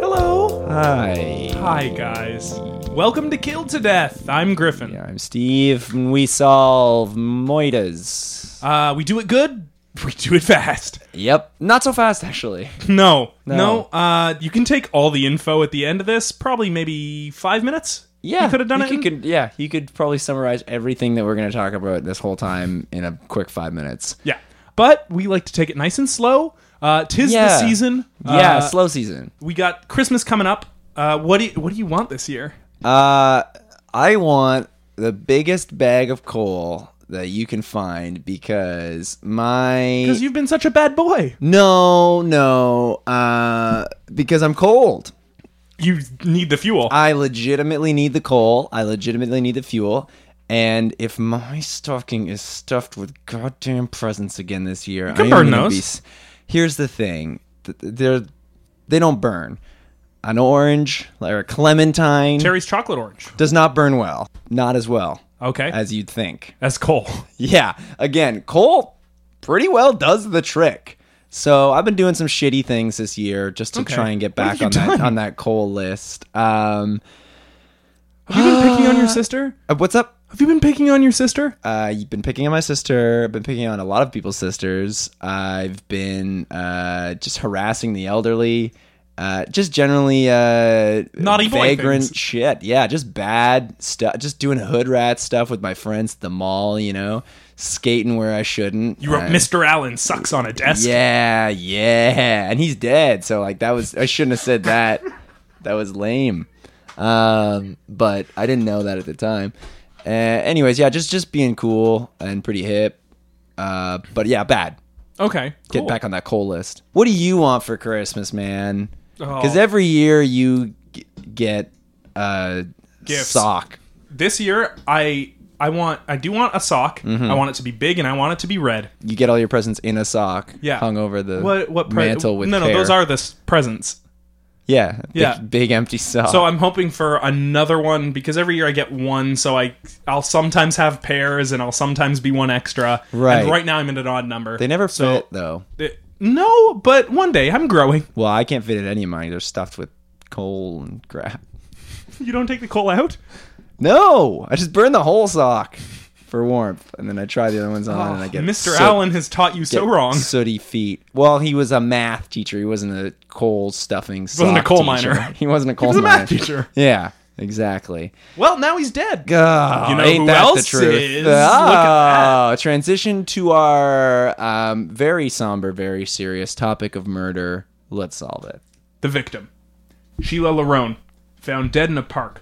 Hello! Hi. Hi, guys. Welcome to Kill to Death. I'm Griffin. Yeah, I'm Steve, and we solve moitas. Uh, we do it good, we do it fast. Yep. Not so fast, actually. No, no. uh, you can take all the info at the end of this. Probably maybe five minutes. Yeah. you could have done you it. could- in- could- yeah, you could probably summarize everything that we're going to talk about this whole time in a quick five minutes. yeah, but we like to take it nice and slow. Uh, tis Yeah. the season. Yeah, Uh, slow season. we got Christmas coming up. Uh, what do you, what do you want this year? Uh, I want the biggest bag of coal that you can find because my Because you've been such a bad boy. no no uh because I'm cold. You need the fuel. I legitimately need the coal. I legitimately need the fuel. And if my stocking is stuffed with goddamn presents again this year, can I am burn gonna those. be s- Here's the thing: Th- th- they're they don't burn. An orange or a clementine Terry's chocolate orange. does not burn well. Not as well Okay, as, as you'd think. coal. Yeah. Again, coal pretty well does the trick. So I've been doing some shitty things this year just to Okay. try and get What have back you on that done? on that coal list. Um, Have you been picking on your sister? uh, what's up? Have you been picking on your sister? Uh, you've been picking on my sister. I've been picking on a lot of people's sisters. I've been uh, just harassing the elderly. Uh, just generally uh, Naughty boy vagrant things. shit. Yeah, just bad stuff. Just doing hood rat stuff with my friends at the mall. You know, skating where I shouldn't. You wrote Uh, Mr. Allen sucks on a desk. Yeah, yeah, and he's dead. So like that was I shouldn't have said that. that was lame. Um, but I didn't know that at the time. Uh, anyways, yeah, just just being cool and pretty hip. Uh, but yeah, bad. Okay, Get cool. back on that coal list. What do you want for Christmas, man? Because Oh. every year you g- get a Gifts. sock. this year i i want i do want a sock Mm-hmm. i want it to be big and i want it to be red You get all your presents in a sock, Yeah. hung over the what what pre- mantle with no no care. those are the s- presents yeah, big, Yeah. big empty sock. so i'm hoping for another one because every year i get one so i i'll sometimes have pairs and i'll sometimes be one extra Right. and right now i'm at an odd number They never So- fit though. It- no but one day i'm growing Well, I can't fit in any of mine. They're stuffed with coal and crap. you don't take the coal out No, I just burn the whole sock for warmth, and then I try the other ones on, and Oh, I get mr soot- Oh, allen has taught you so get wrong Sooty feet. Well, he was a math teacher. He wasn't a coal stuffing. He wasn't a coal miner. He wasn't a coal was a miner. math teacher. Yeah, exactly. well now he's dead Oh, You know ain't who that the else truth? is? Oh, Look at transition to our um, very somber, very serious topic of murder. Let's solve it. The victim, Sheila Larone, found dead in a park.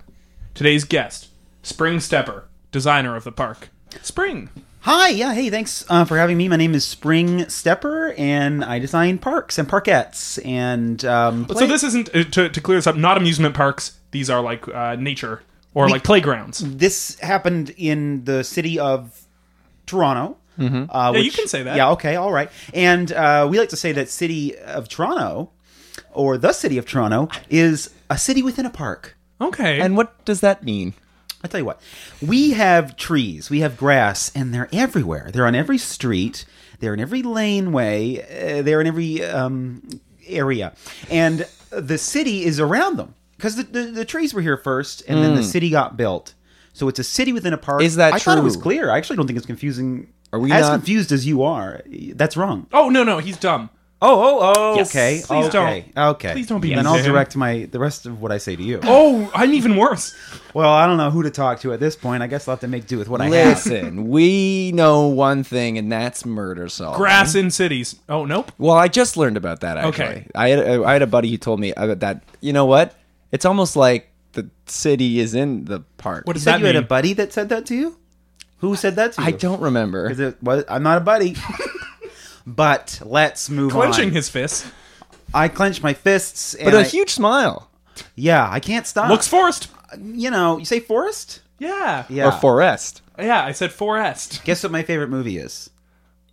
Today's guest, Spring Stepper, designer of the park. Spring. Hi, yeah, hey, thanks uh, for having me. My name is Spring Stepper, and I design parks and parkettes and um, So play- this isn't uh, to, to clear this up. Not amusement parks. These are like uh, nature or like playgrounds. Yeah, this happened in the city of Toronto. Mm-hmm. Uh, you which- can say that. Yeah, okay, all right. And uh, we like to say that city of Toronto, or the city of Toronto, is a city within a park. Okay. And what does that mean? I tell you what, we have trees, we have grass, and they're everywhere. They're on every street, they're in every laneway, uh, they're in every um, area, and the city is around them because the, the the trees were here first, and then the city got built. So it's a city within a park. Hmm. Is that I thought it was true? clear. I actually don't think it's confusing. Are we as not- confused as you are? That's wrong. oh no no he's dumb. Oh, oh, oh. Yes. Okay. Please okay. don't. Okay. Please don't be Then mean I'll to him. direct my the rest of what I say to you. Oh, I'm even worse. Well, I don't know who to talk to at this point. I guess I'll have to make do with what I have. Listen, we know one thing, and that's murder solving. Grass in cities. Oh nope. Well, I just learned about that. Actually, Okay. I had I had a buddy who told me about that. You know what? It's almost like the city is in the park. What You does said that you mean? had a buddy that said that to you? Who said that to you? I don't remember. Is it- was- I'm not a buddy. but let's move Clenching on. his fist. I clench my fists. And but a I- huge smile. yeah, I can't stop. Looks forced. you know, you say forest? Yeah. Yeah. Or Forrest. Yeah, I said Forest. Guess what my favorite movie is?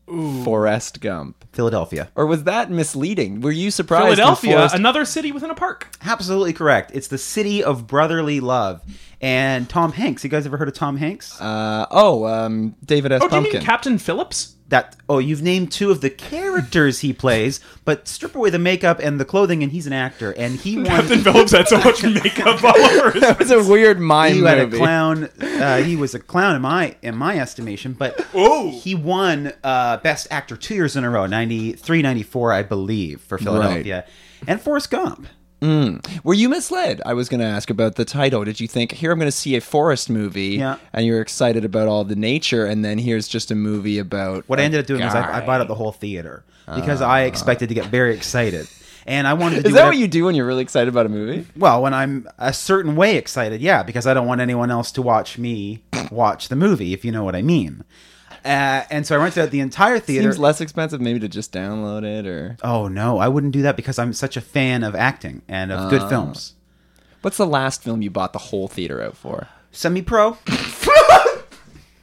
Forrest Gump. Philadelphia. Or was that misleading? Were you surprised? when Philadelphia, Forrest- another city within a park. Absolutely correct. It's the city of brotherly love. And Tom Hanks. You guys ever heard of Tom Hanks? uh, oh, um, David S. Oh, do you Pumpkin. mean Captain Phillips? that oh, you've named two of the characters he plays, but strip away the makeup and the clothing, and he's an actor. And he won. Captain Phillips had so much makeup all over his it's a weird mime he had a movie. clown. Uh, he was a clown in my in my estimation, but Oh. he won uh, best actor two years in a row, 93, 94, I believe, for Philadelphia, and Forrest Gump. Were you misled? I was going to ask about the title. Did you think here I'm going to see a forest movie? Yeah. And you were excited about all the nature, and then here's just a movie about What a I ended up doing was guy. I, I bought up the whole theater because I expected to get very excited, and I Ah. wanted to. Is do that whatever- what you do when you're really excited about a movie? Well, when I'm a certain way excited, yeah, because I don't want anyone else to watch me watch the movie, if you know what I mean. Uh, and so I rented out the entire theater. Seems less expensive, maybe to just download it or oh no, I wouldn't do that because I'm such a fan of acting and of Ah. good films. What's the last film you bought the whole theater out for? Semi pro,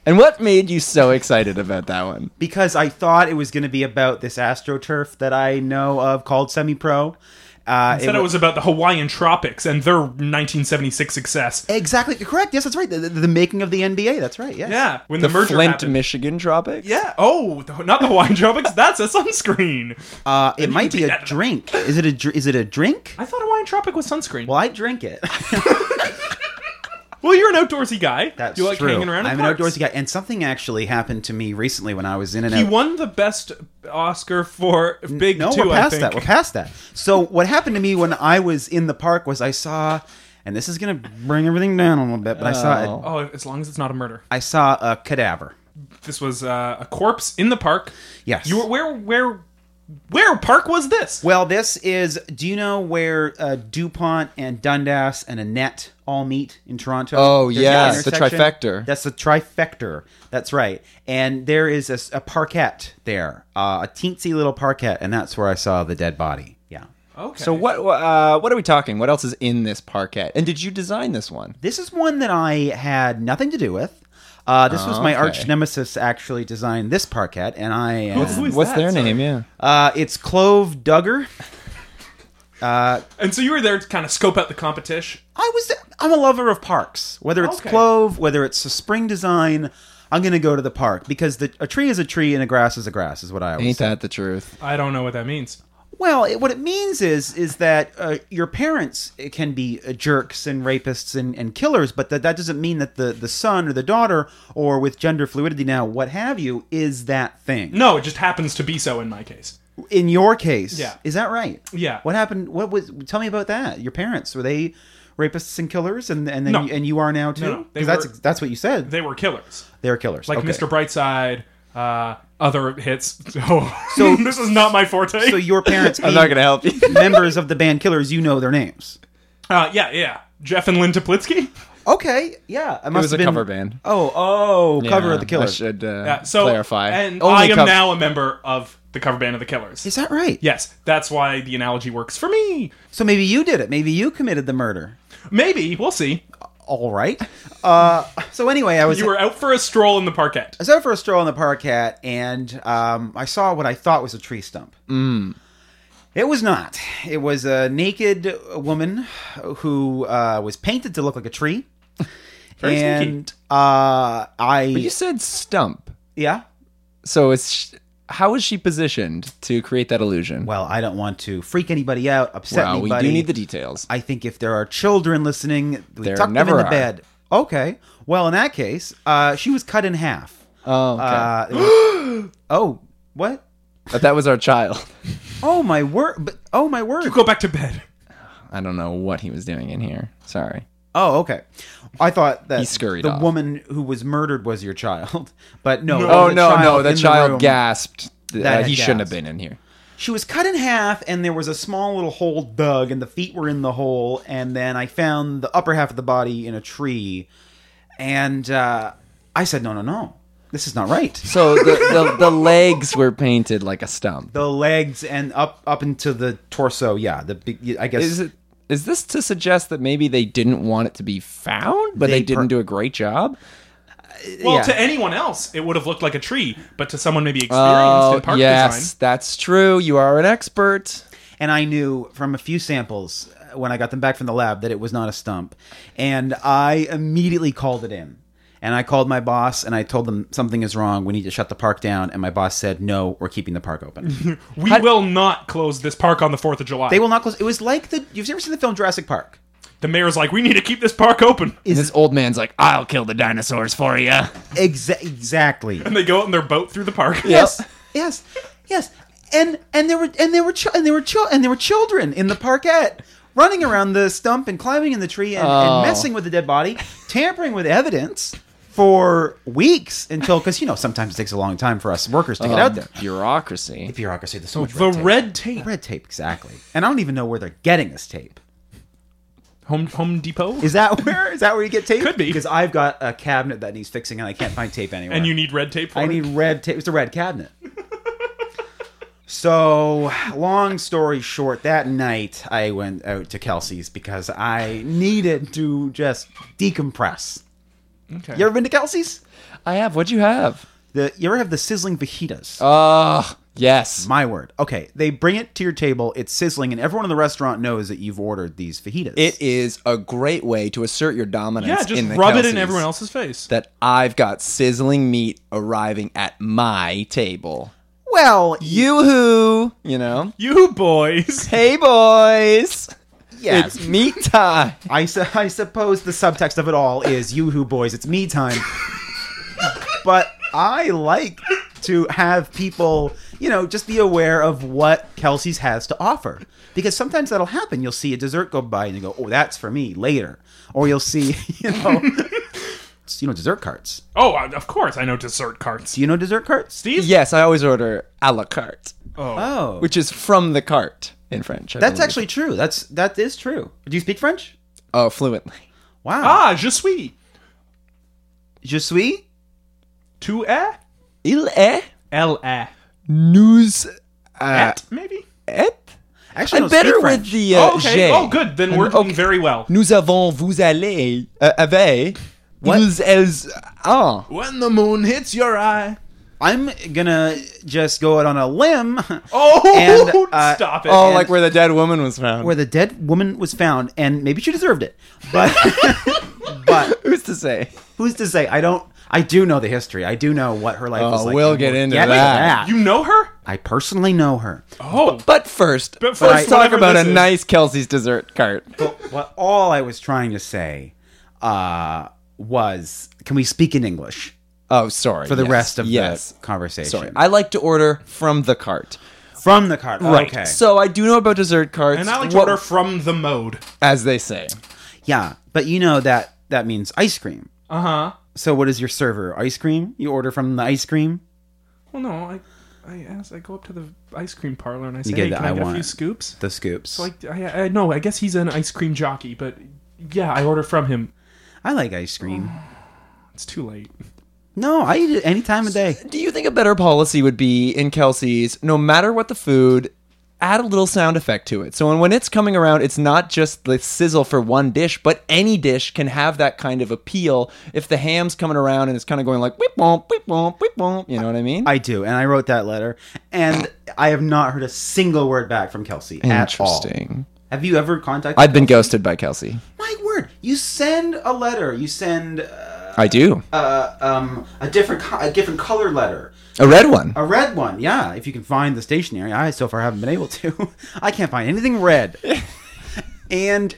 And what made you so excited about that one? because I thought it was going to be about this astroturf that I know of called Semi Pro. Uh, Said it wa- was about the Hawaiian tropics and their 1976 success. exactly correct. Yes, that's right. The, the, the making of the NBA. That's right. Yes. Yeah, when the, The merger Flint, happened. Michigan tropics? yeah. Oh, the, not the Hawaiian tropics. That's a sunscreen. Uh, it might be beat a that. drink. Is it a dr- is it a drink? I thought Hawaiian tropic was sunscreen. Well, I drink it. Well, you're an outdoorsy guy. That's you like true. hanging around. in I'm parks. an outdoorsy guy, and something actually happened to me recently when I was in and He out. won the best Oscar for Big no, Two. we're I past think. that. We're past that. So what happened to me when I was in the park was I saw, and this is gonna bring everything down a little bit, but I saw a, Oh, as long as it's not a murder. I saw a cadaver. This was uh, a corpse in the park. Yes. You were where where where park was this? Well, this is. Do you know where uh, Dupont and Dundas and Annette all meet in Toronto? Oh, There's an yes, the intersection. trifecta. That's the trifecta. That's right. And there is a, s- a parquet there, uh, a teensy little parquet, and that's where I saw the dead body. Yeah. Okay. So what uh, what are we talking? What else is in this parquet? And did you design this one? This is one that I had nothing to do with. Uh, this was my Ah, Okay. arch nemesis actually designed this parquet, and I Who am, is What's that? their Sorry. name? Yeah. uh, it's Clove Duggar. And so you were there to kind of scope out the competition. I was I'm a lover of parks. Whether it's Okay. clove, whether it's a spring design, I'm gonna go to the park because the, a tree is a tree and a grass is a grass is what I always Ain't say. that the truth? I don't know what that means. Well, it, what it means is is that uh, your parents can be uh, jerks and rapists and, and killers, but that that doesn't mean that the the son or the daughter or with gender fluidity now what have you is that thing. No, it just happens to be so in my case. In your case, Yeah. is that right? Yeah. What happened? What was? Tell me about that. Your parents were they rapists and killers, and and then No. you, and you are now too. No, no, they 'Cause that's were- ex- that's what you said. They were killers. They're killers. Like Okay. Mr. Brightside, uh, other hits. So, this is not my forte. So your parents I'm being not going to help you. members of the band Killers, you know their names. uh, yeah, yeah. Jeff and Lynn Toplitsky. Okay, yeah. It, must was have a been- cover band. Oh, oh, cover of the I Killers. should uh, Yeah, so clarify. And Only I am cov- now a member of the cover band of the Killers. Is that right? Yes, that's why the analogy works for me. So maybe you did it. Maybe you committed the murder. Maybe we'll see. All right. Uh, so anyway, I was You were out for a stroll in the parquet. I was out for a stroll in the parquet, and um, I saw what I thought was a tree stump. Mm. It was not. It was a naked woman who uh, was painted to look like a tree. Very and uh, I But you said stump. yeah. So it's sh- how is she positioned to create that illusion? Well, I don't want to freak anybody out, upset Wow, we anybody. do need the details. I think if there are children listening, we There tuck never them in the are. bed. Okay. Well, in that case, uh, she was cut in half. oh, okay. Uh, it was- oh, what? but that was our child. Oh my word! But oh my word! Go back to bed. I don't know what he was doing in here. Sorry. Oh, okay. I thought that He scurried the off. woman who was murdered was your child, but no. it Oh was a no, no, child the in child room. gasped. That Uh, he had shouldn't have gasped. been in here. She was cut in half, and there was a small little hole dug, and the feet were in the hole. And then I found the upper half of the body in a tree, and uh, I said, "No, no, no, this is not right." So the, the, the legs were painted like a stump. The legs and up up into the torso, yeah. The big, I guess Is it? is this to suggest that maybe they didn't want it to be found, but they, They per- didn't do a great job? Well, Yeah. to anyone else, it would have looked like a tree, but to someone maybe experienced Oh, in park yes, design, that's true. You are an expert. and I knew from a few samples uh, when I got them back from the lab that it was not a stump, and I immediately called it in. And I called my boss and I told them something is wrong. We need to shut the park down. And my boss said, "No, we're keeping the park open. we will not close this park on the Fourth of July. they will not close." It was like the you've ever seen the film Jurassic Park. the mayor's like, we need to keep this park open. and this old man's like, I'll kill the dinosaurs for you. Exa- exactly. And they go out in their boat through the park. yes, yes, yes. And and there were and there were chil- and there were chil- and there were children in the parquet running around the stump and climbing in the tree and, Oh. and messing with the dead body, tampering with evidence for weeks until because you know sometimes it takes a long time for us workers to get out there. Oh, Bureaucracy. Bureaucracy, there's so much The red red tape. tape. Red tape, exactly. And I don't even know where they're getting this tape. Home Home Depot. Is that where? Is that where you get tape? Could be. because I've got a cabinet that needs fixing and I can't find tape anywhere. and you need red tape for I it? need red tape. It's a red cabinet. so, long story short, that night I went out to Kelsey's because I needed to just decompress. Okay. You ever been to Kelsey's? I have. What'd you have? The you ever have the sizzling fajitas? Oh, yes. My word. Okay, they bring it to your table. It's sizzling, and everyone in the restaurant knows that you've ordered these fajitas. It is a great way to assert your dominance. yeah, just in the rub it in Kelseys. everyone else's face. That I've got sizzling meat arriving at my table. well, Yoo hoo! You know? you boys. Hey, boys! yes. It's meat time! I, su- I suppose the subtext of it all is yoo-hoo boys, it's me time. but I like to have people, you know, just be aware of what Kelsey's has to offer. Because sometimes that'll happen. You'll see a dessert go by and you go, oh, that's for me later. Or you'll see, you know, you know, dessert carts. Oh, I- of course, I know dessert carts. Do you know dessert carts? Steve? Yes, I always order a la carte, Oh. Oh. which is from the cart in French. I that's believe. actually true. That's that is true. Do you speak French? Oh, fluently. Wow. Ah, je suis. Je suis Tu es? Il est Elle est. nous Uh, At, maybe? et? actually I I'm don't speak better with French. the uh, Oh, okay. J. Oh, good. Then we're doing okay. very well. Nous avons, vous allez, uh, avez, ils, elles, ah. When the moon hits your eye. I'm gonna just go out on a limb. Oh, And, uh, stop it. Oh, And- like where the dead woman was found. where the dead woman was found, and maybe she deserved it. But but Who's to say? who's to say? I don't. I do know the history. I do know what her life Oh, was like. we'll and get we'll into that. You know her? I personally know her. Oh. But first, But let's first, talk whatever about a this is. nice Kelsey's dessert cart. Oh. But what all I was trying to say uh, was, can we speak in English Oh, sorry. for the rest of yes. the conversation? Sorry, I like to order from the cart. From the cart. Okay. So I do know about dessert carts. And I like to What- order from the mode. as they say. yeah, but you know that that means ice cream. Uh huh. So what is your server? Ice cream? You order from the ice cream? Well, no, I, I ask, I go up to the ice cream parlor and I say, get hey, the can I I get a want few it." scoops? The scoops. Like, I, I no, I guess he's an ice cream jockey, but yeah, I order from him. I like ice cream. It's too late. No, I eat it any time of day. Do you think a better policy would be in Kelsey's, no matter what the food, add a little sound effect to it. So when it's coming around, it's not just the sizzle for one dish, but any dish can have that kind of appeal if the ham's coming around and it's kind of going like whip womp, whip womp, whip womp. You know what I mean? I do, and I wrote that letter, and I have not heard a single word back from Kelsey at all. Interesting. Have you ever contacted? I've been ghosted by Kelsey. My word, you send a letter, you send uh, I do. uh, um, a different co- a different color letter, A red one. a red one. Yeah, if you can find the stationery, I so far haven't been able to. I can't find anything red, and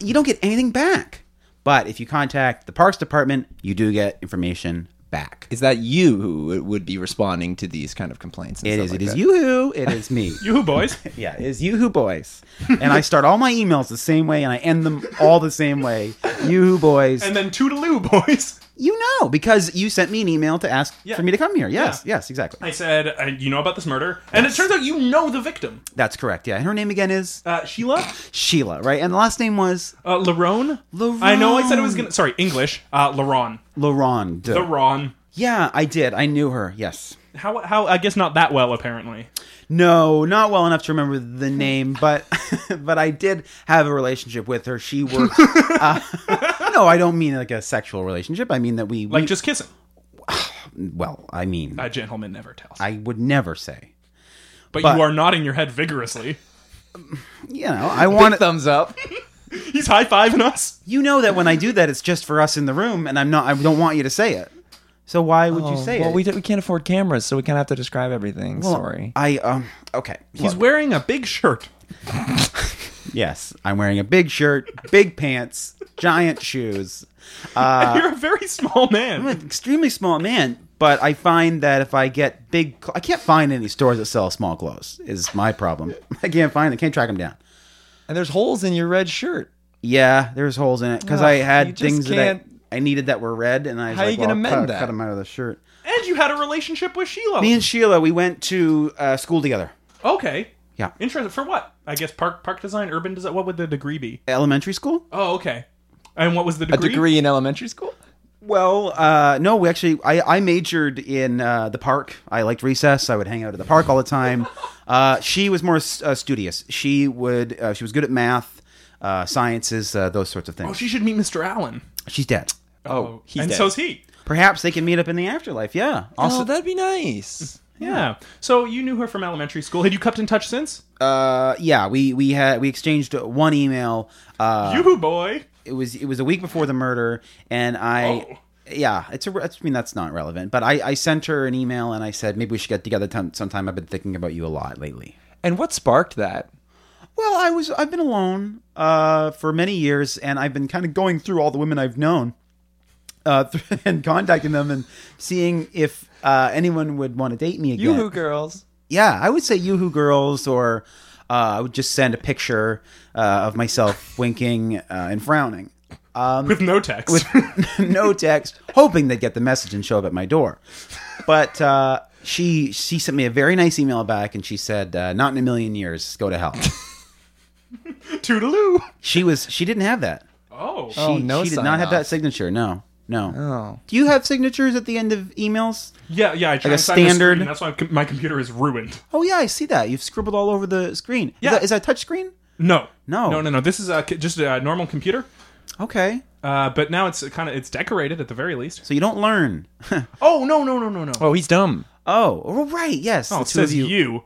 you don't get anything back. But if you contact the Parks Department, you do get information back. Is that you who would be responding to these kind of complaints? And It stuff is. Like It is that? you. It is me. Yoo-hoo, boys. Yeah, it's Yoo-Hoo Boys. and I start all my emails the same way and I end them all the same way. Yoo-Hoo Boys. and then toodaloo, boys. you know, because you sent me an email to ask Yeah. for me to come here. Yes, Yeah. yes, exactly. I said, uh, you know about this murder? And it turns out you know the victim. That's correct. Yeah. And her name again is Uh, Sheila? Sheila, right? And the last name was Uh, Larone? Larone. I know I said it was gonna. Sorry, English. Uh, Laron. Laurent. Laron. yeah, I did. I knew her. Yes. How how I guess not that well apparently. No, not well enough to remember the name, but but I did have a relationship with her. She worked. uh, no, I don't mean like a sexual relationship. I mean that we, we Like just kissing. well, I mean A gentleman never tells. I would never say. but, but- you are nodding your head vigorously. You know, I One want thumbs up. He's high fiving us. you know that when I do that, it's just for us in the room, and I'm not. I don't want you to say it. So why would you say Oh, well, it? we, d- we can't afford cameras, so we kind of have to describe everything. Well, Sorry. I um. Okay. He's Look, wearing a big shirt. yes, I'm wearing a big shirt, big pants, giant shoes. Uh, You're a very small I'm man. an extremely small man, but I find that if I get big, cl- I can't find any stores that sell small clothes. Is my problem. I can't find them. Can't track them down. and there's holes in your red shirt. Yeah, there's holes in it because Ugh, I you had just things that can't- I, I needed that were red, and I was How like, you well, gonna I'll mend cut, that? cut them out of the shirt. And you had a relationship with Sheila. Me and Sheila, we went to uh, school together. okay. Yeah, Interesting. For what? I guess park park design, urban design. What would the degree be? elementary school. Oh, okay. And what was the A degree? degree in elementary school? Well, uh, no, we actually, I, I majored in uh, the park. I liked recess. I would hang out at the park all the time. Uh, she was more uh, studious. She would, uh, she was good at math, uh, sciences, uh, those sorts of things. Oh, she should meet Mr. Allen. She's dead. Oh, he's and dead. so's he. Perhaps they can meet up in the afterlife. Yeah. Oh, Also, that'd be nice. Yeah. So you knew her from elementary school. Had you kept in touch since? uh, yeah, we we had we exchanged one email. Uh, Yoo-hoo, boy. it was it was a week before the murder, and I. Oh. Yeah, it's a. I mean, that's not relevant. But I, I sent her an email and I said maybe we should get together t- sometime. I've been thinking about you a lot lately. And what sparked that? Well, I was I've been alone uh, for many years, and I've been kind of going through all the women I've known uh, and contacting them and seeing if uh, anyone would want to date me again. Yoo-hoo girls. Yeah, I would say Yoo-Hoo Girls, or uh, I would just send a picture uh, of myself winking uh, and frowning. With no text. no text, hoping they'd get the message and show up at my door. But uh, she she sent me a very nice email back, and she said, uh, "Not in a million years, go to hell." Toodaloo. she was she didn't have that. Oh. She, Oh, no she did sign not have off. that signature. No, no. Oh. Do you have signatures at the end of emails? Yeah, yeah. I tried a to sign the standard- screen, That's why com- my computer is ruined. Oh yeah, I see that. You've scribbled all over the screen. Yeah. Is that, is that touch screen? No. No. No, no, no. This is uh, c- just a normal computer. Okay. Uh, but now it's kind of it's decorated at the very least. So you don't learn. Oh no no no no no! Oh, he's dumb. oh, oh, right. Yes. Oh, the it two of says you.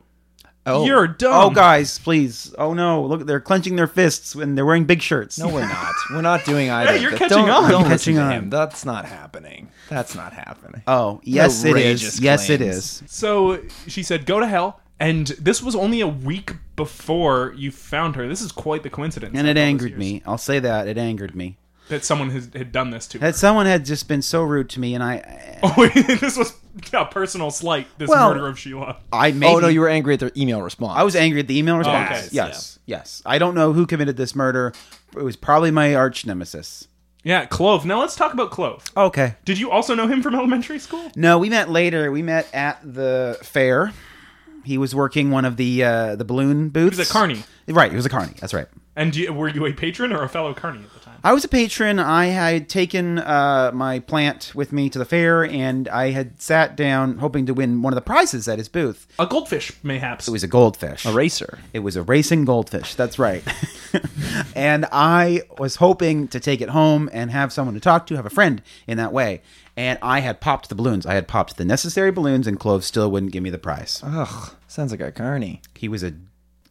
Oh, You're dumb. Oh, guys, please. Oh no, look, they're clenching their fists and they're wearing big shirts. No, we're not. We're not doing either. Hey, you're of that. catching don't, on. Don't listen Catching to on. him. That's not happening. That's not happening. Oh, yes, it is. Outrageous Yes, it claims. is. So she said, "Go to hell." And this was only a week before you found her. This is quite the coincidence. And it after all those angered years, me. I'll say that it angered me that someone has, had done this to her. that someone had just been so rude to me, and I, Oh, this was a personal slight. This Well- murder of Sheila. I made. Oh no, you were angry at their email response. I was angry at the email response. Oh, okay. Yes, yes. I don't know who committed this murder. It was probably my arch nemesis. Yeah, Clove. Now let's talk about Clove. Okay. Did you also know him from elementary school? No, we met later. We met at the fair. He was working one of the uh, the balloon booths. He was a carney. Right, he was a carny. That's right. And do you, were you a patron or a fellow carney at the time? I was a patron. I had taken uh, my plant with me to the fair, and I had sat down hoping to win one of the prizes at his booth. A goldfish, mayhaps. It was a goldfish. racer. It was a racing goldfish. That's right. and I was hoping to take it home and have someone to talk to, have a friend in that way. And I had popped the balloons. I had popped the necessary balloons, and Clove still wouldn't give me the prize. Ugh, sounds like a carney. He was a.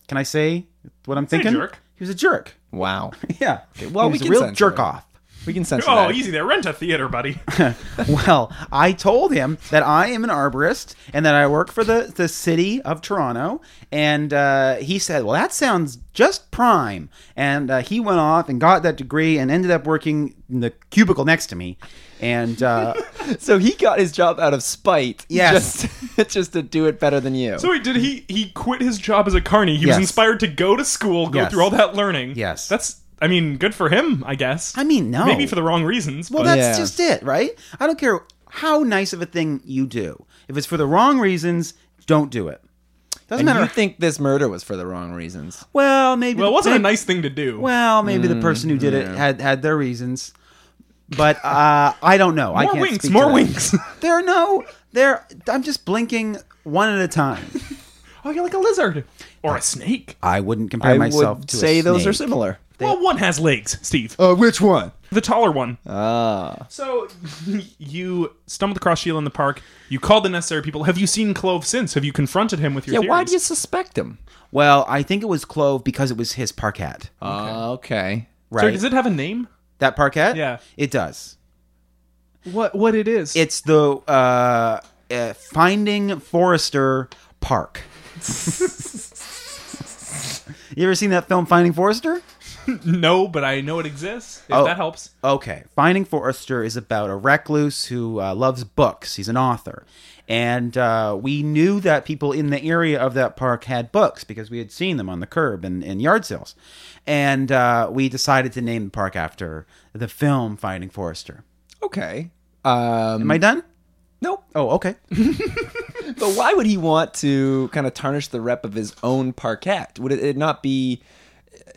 Can I say what I'm thinking? jerk. He was a jerk. Wow. Yeah. well, we he was a can real censor jerk it. off. We can sense Oh, that. easy there. Rent a theater, buddy. well, I told him that I am an arborist and that I work for the, the city of Toronto. And uh, he said, Well, that sounds just prime. And uh, he went off and got that degree and ended up working in the cubicle next to me. And uh, So he got his job out of spite. Yes. Just, just to do it better than you. So wait, did he he quit his job as a carny? He was Yes. inspired to go to school, go Yes. through all that learning. Yes. that's I mean, good for him, I guess. I mean, no. maybe for the wrong reasons. Oh. Well, but that's Yeah. just it, right? I don't care how nice of a thing you do. If it's for the wrong reasons, don't do it. Doesn't and you matter. think this murder was for the wrong reasons. well, maybe. well, it the- wasn't a maybe- nice thing to do. Mm, Well, maybe the person who did it had had their reasons. But uh, I don't know. I More can't winks, speak to more that. winks. There are no. There. I'm just blinking one at a time. Oh, you're like a lizard or a snake. I wouldn't compare I myself would to say a those are snake. similar. well, one has legs, Steve. Oh. Uh, which one? The taller one. Uh. Ah, So you stumbled across Sheila in the park. You called the necessary people. Have you seen Clove since? Have you confronted him with your yeah. Why theories? do you suspect him? Well, I think it was Clove because it was his parquet, Ah, okay. Sorry, right? does it have a name? that parquet? Yeah. it does. What what it is? It's the uh, uh, Finding Forrester Park. you ever seen that film Finding Forrester? no, but I know it exists. If Oh. that helps. Okay. Finding Forrester is about a recluse who uh, loves books. He's an author. And uh, we knew that people in the area of that park had books because we had seen them on the curb and, and yard sales. And uh, we decided to name the park after the film Finding Forrester. Okay. Um, Am I done? nope. Oh, okay. But why would he want to kind of tarnish the rep of his own parquet? Would it, it not be?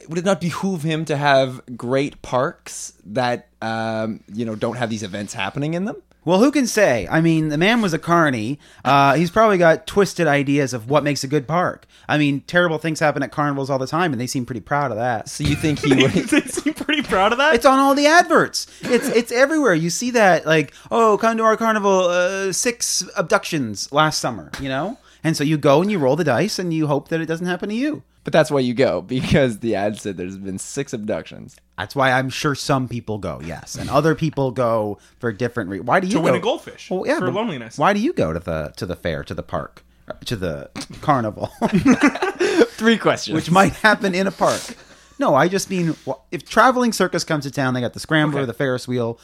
Would it not behoove him to have great parks that um, you know don't have these events happening in them? Well, who can say? I mean, the man was a carny. Uh, he's probably got twisted ideas of what makes a good park. I mean, terrible things happen at carnivals all the time, and they seem pretty proud of that. So you think he would? they seem pretty proud of that. It's on all the adverts. It's it's everywhere. You see that like, oh, come to our carnival. Uh, six abductions last summer. You know, and so you go and you roll the dice and you hope that it doesn't happen to you. But that's why you go because the ad said there's been six abductions. That's why I'm sure some people go, yes, and other people go for different. Re- why do you to go? win a goldfish oh. Well, yeah, for but loneliness. Why do you go to the to the fair to the park to the carnival? Three questions. which might happen in a park. No, I just mean wh- if traveling circus comes to town, they got the scrambler, Okay. the Ferris wheel,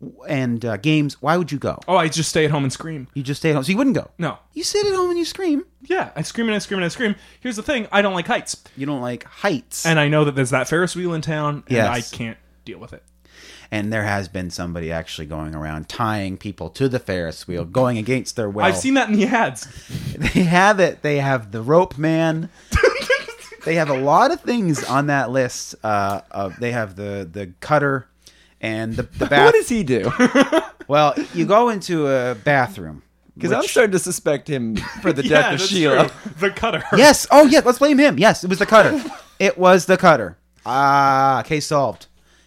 w- and uh, games. Why would you go? Oh, I just stay at home and scream. You just stay at home, so you wouldn't go. No. you sit at home and you scream. Yeah, I scream and I scream and I scream. Here's the thing: I don't like heights, You don't like heights, and, and I know that there's that Ferris wheel in town, and Yes. I can't deal with it. there has been somebody actually going around tying people to the Ferris wheel, going against their will. I've seen that in the ads. they have it. They have the rope man. they have a lot of things on that list. Uh, of, they have the the cutter and the the bath. what does he do? Well, you go into a bathroom. Because I'm which- starting to suspect him for the yeah, death of that's Sheila. true. The cutter. Yes. Oh, yeah. Let's blame him. Yes, it was the cutter. it was the cutter. Ah, case solved.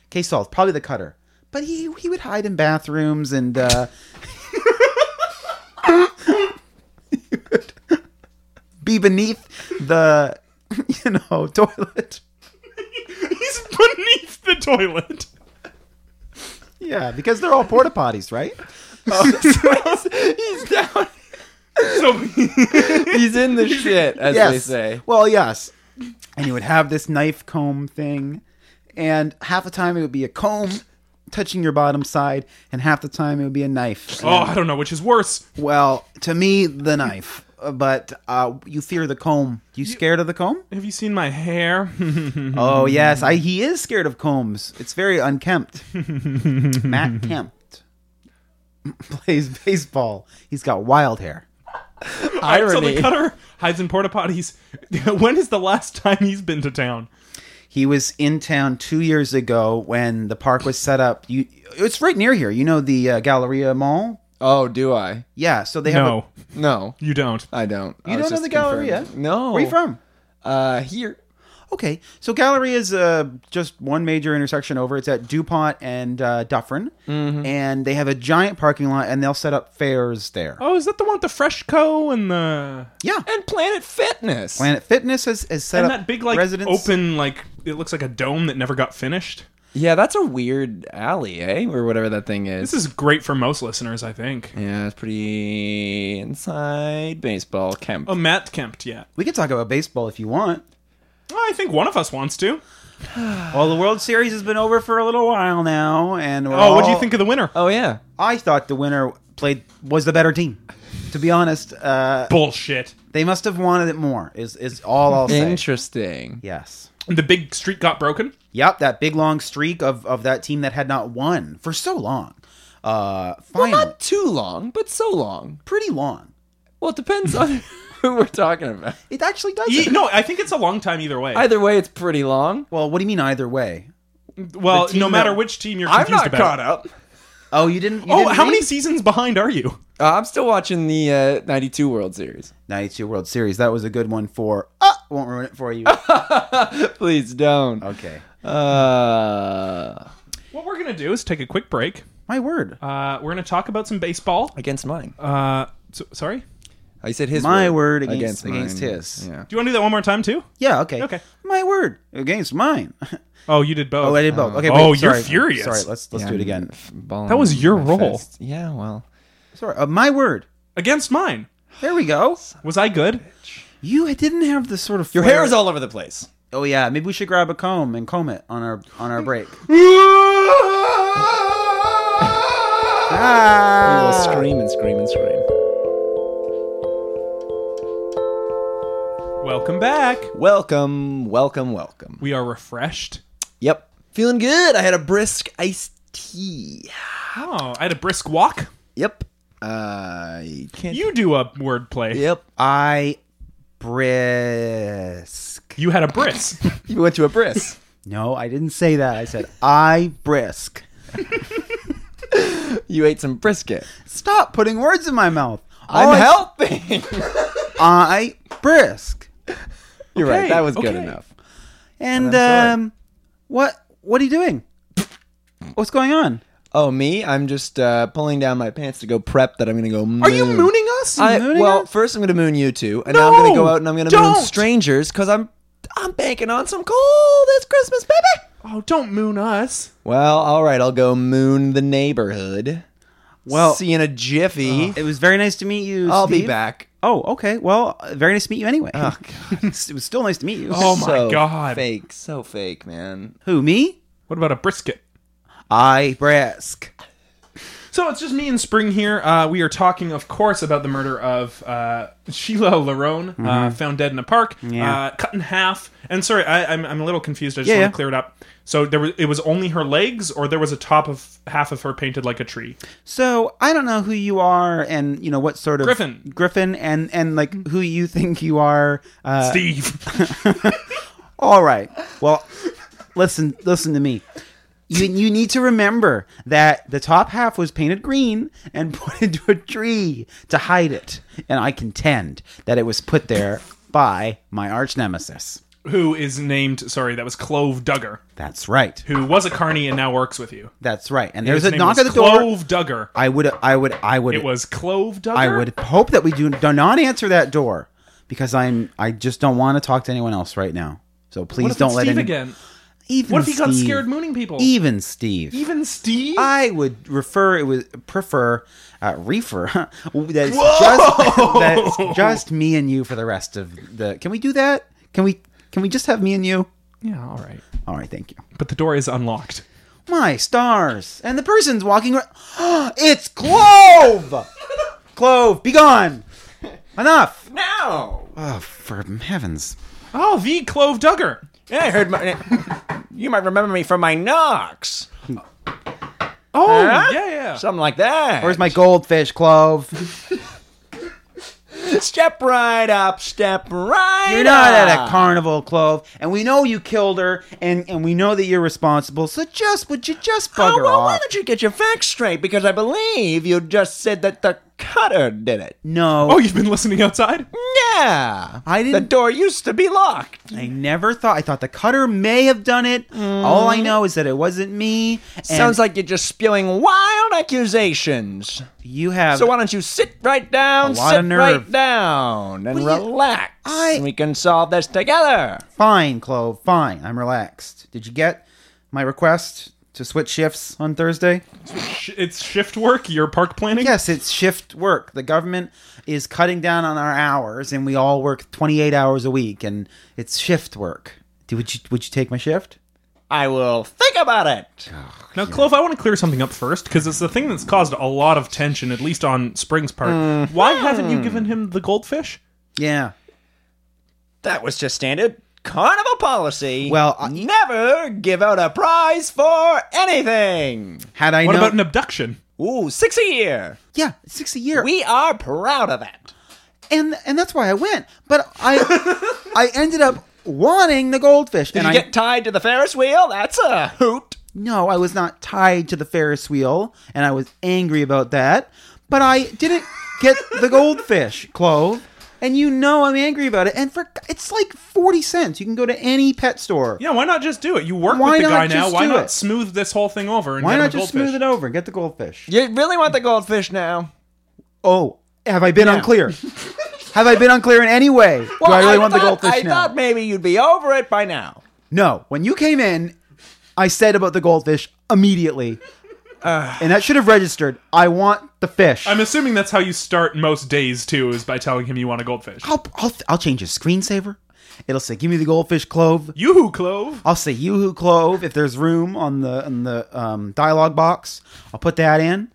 Case solved. Probably the cutter. But he he would hide in bathrooms and uh, he would be beneath the you know toilet. He's beneath the toilet. Yeah, because they're all porta potties, right? he's down. So He's in the shit, as yes. they say. Well, yes. And he would have this knife comb thing, and half the time it would be a comb touching your bottom side, and half the time it would be a knife. Oh, I don't know which is worse. Well, to me, the knife. Uh, But uh, you fear the comb. You scared of the comb? Have you seen my hair? Mm-hmm. Oh yes, I, he is scared of combs. It's very unkempt. Matt Kempt plays baseball. He's got wild hair. So Irony. the cutter hides in porta potties. when is the last time he's been to town? He was in town two years ago when the park was set up. You, it's right near here. You know the uh, Galleria Mall. Oh, do I? Yeah, so they have. No, No, you don't. I don't. A, you don't know the Galleria? No. Where are you from? Uh, here. Okay, so Galleria is uh, just one major intersection over. It's at Dupont and uh, Dufferin, and they have a giant parking lot, and they'll set up fairs there. Oh, is that the one with the fresh co and the Yeah, And Planet Fitness. Planet Fitness has, has set and up that big like residence. open like it looks like a dome that never got finished? yeah, that's a weird alley, eh? Or whatever that thing is. This is great for most listeners, I think. yeah, it's pretty inside baseball camp. Oh, Matt Kempt, yeah. We could talk about baseball if you want. Well, I think one of us wants to. Well, the World Series has been over for a little while now, and we're Oh, what do you all- think of the winner? oh yeah. I thought the winner played was the better team. To be honest, uh, Bullshit. they must have wanted it more. Is is all I'll say. Interesting. Yes. The big streak got broken. Yep. That big long streak of of that team that had not won for so long. Uh, finally, Not too long, but so long. pretty long. Well, it depends on who we're talking about. It actually does. Ye- no, I think it's a long time either way. Either way, it's pretty long. Well, what do you mean either way? Well, The team no matter that- which team you're I'm confused not about. caught up. Oh, you didn't. You Oh, didn't how read? many seasons behind are you? Uh, I'm still watching the uh, '92 World Series. 92 World Series. That was a good one for. Uh, won't ruin it for you. Please don't. okay. Uh, What we're gonna do is take a quick break. My word. Uh, we're gonna talk about some baseball. against mine. Uh, so, sorry. I Oh, said his. My word against- mine. against his. Yeah. Do you want to do that one more time too? Yeah. Okay. Okay. My word against mine. Oh, you did both. oh, I did both. Okay. Wait, Oh, you're sorry. furious. Sorry. Let's let's Yeah, do it I'm again. f- balling That was your my role. fist. Yeah. Well. Sorry. Uh, my word. Against mine. There we go. Was I good? You didn't have the sort of Your flair- hair is all over the place. Oh yeah. Maybe we should grab a comb and comb it on our on our break. You will ah. scream and scream and scream. Welcome back. Welcome, welcome, welcome. We are refreshed. Yep. Feeling good. I had a brisk iced tea. Oh, I had a brisk walk. Yep. I can't. You do a word play. Yep. I brisk. You had a brisk. You went to a brisk. No, I didn't say that. I said I brisk. you ate some brisket. Stop putting words in my mouth. I'm All Oh, I- helping. I brisk. You're Okay, right. That was good okay. enough. And sorry. um, what what are you doing? What's going on? Oh, me? I'm just uh, pulling down my pants to go prep that I'm going to go moon. Are you mooning us? I, mooning well, us? first I'm going to moon you two, and now I'm going to No, go out and I'm going to moon don't. strangers because I'm I'm banking on some coal this Christmas, baby. oh, don't moon us. Well, all right, I'll go moon the neighborhood. Well- see you in a jiffy. It was very nice to meet you. I'll be Steve. back. Oh, Oh, okay. Well, uh, very nice to meet you anyway. it was still nice to meet you. Oh my So God. Fake, so fake, man. Who me? What about a brisket? I brisk. So it's just me and Spring here. Uh, we are talking, of course, about the murder of uh, Sheila Larone, Mm-hmm. uh, found dead in a park, uh, cut in half. And sorry, I, I'm, I'm a little confused. I just Yeah, want yeah. to clear it up. So there was, it was only her legs, or there was a top of half of her painted like a tree. So I don't know who you are, and you know what sort of Griffin. Griffin, and and like who you think you are. Uh, Steve, All right. Well, listen, listen to me. You, you need to remember that the top half was painted green and put into a tree to hide it. And I contend that it was put there by my arch nemesis. who is named sorry, that was Clove Duggar, That's right. who was a carny and now works with you. That's right. And there's His a name knock was at the door. Clove Duggar. I would, I would, I would, It was Clove Duggar. I would hope that we do, do not answer that door because I'm, I just don't want to talk to anyone else right now. So What please if don't it's let Steve any, again? Even What if he got Steve. scared mooning people? Even Steve. Even Steve? I would refer it was prefer uh, reefer. that's just that's just me and you for the rest of the. Can we do that? Can we can we just have me and you? yeah, all right. All right, thank you. But the door is unlocked. My stars, and the person's walking. Ra- it's Clove. Clove, be gone. Enough. Now. Oh, for heavens! Oh, the Clove Duggar. Yeah, I heard my. you might remember me from my knocks. Oh, Huh? yeah, yeah. Something like that. Where's my goldfish, Clove? Step right up, step right You're not at a carnival, Clove, and we know you killed her, and and we know that you're responsible. So just would you just bugger Oh, well, off? why don't you get your facts straight? Because I believe you just said that the cutter did it. No. Oh, you've been listening outside? Yeah. I The didn't. door used to be locked. I never thought. I thought the cutter may have done it. All I know is that it wasn't me. And Mm. Sounds like you're just spewing wild accusations. you have. So why don't you sit right down, A lot sit of nerve. right down, and Will you- relax. I- and we can solve this together. fine, Clove. Fine. I'm relaxed. Did you get my request to switch shifts on Thursday? Sh- It's shift work, your park planning? Mm. Yes, it's shift work. The government is cutting down on our hours, and we all work 28 hours a week, and it's shift work. Do- Would you Would you take my shift? I will think about it. Now, Clove, I want to clear something up first because it's the thing that's caused a lot of tension, at least on Spring's part. Mm. Why haven't you given him the goldfish? Yeah. That was just standard carnival policy. Well, I- never give out a prize for anything. Had I What known- about an abduction? Ooh, six a year. yeah, six a year. We are proud of that. and and that's why I went. But I I ended up wanting the goldfish. Did and you I, get tied to the Ferris wheel? That's a hoot. no, I was not tied to the Ferris wheel, and I was angry about that. But I didn't get the goldfish, Clove. And you know I'm angry about it. And for it's like forty cents. You can go to any pet store. Yeah, why not just do it? You work Why with the not guy now. just Why do not it? smooth this whole thing over and Why get him not a just goldfish? smooth it over and get the goldfish? You really want the goldfish now? Oh, have I been unclear? have I been unclear in any way? Do I really want the thought- goldfish I now? thought maybe you'd be over it by now. No, when you came in, I said about the goldfish immediately, and that should have registered. I want the fish. I'm assuming that's how you start most days too, is by telling him you want a goldfish. I'll, I'll, I'll change his screensaver. It'll say, "Give me the goldfish, Clove." Yoo-hoo, Clove. I'll say "Yoo-hoo, Clove" if there's room on the on the um, dialogue box. I'll put that in.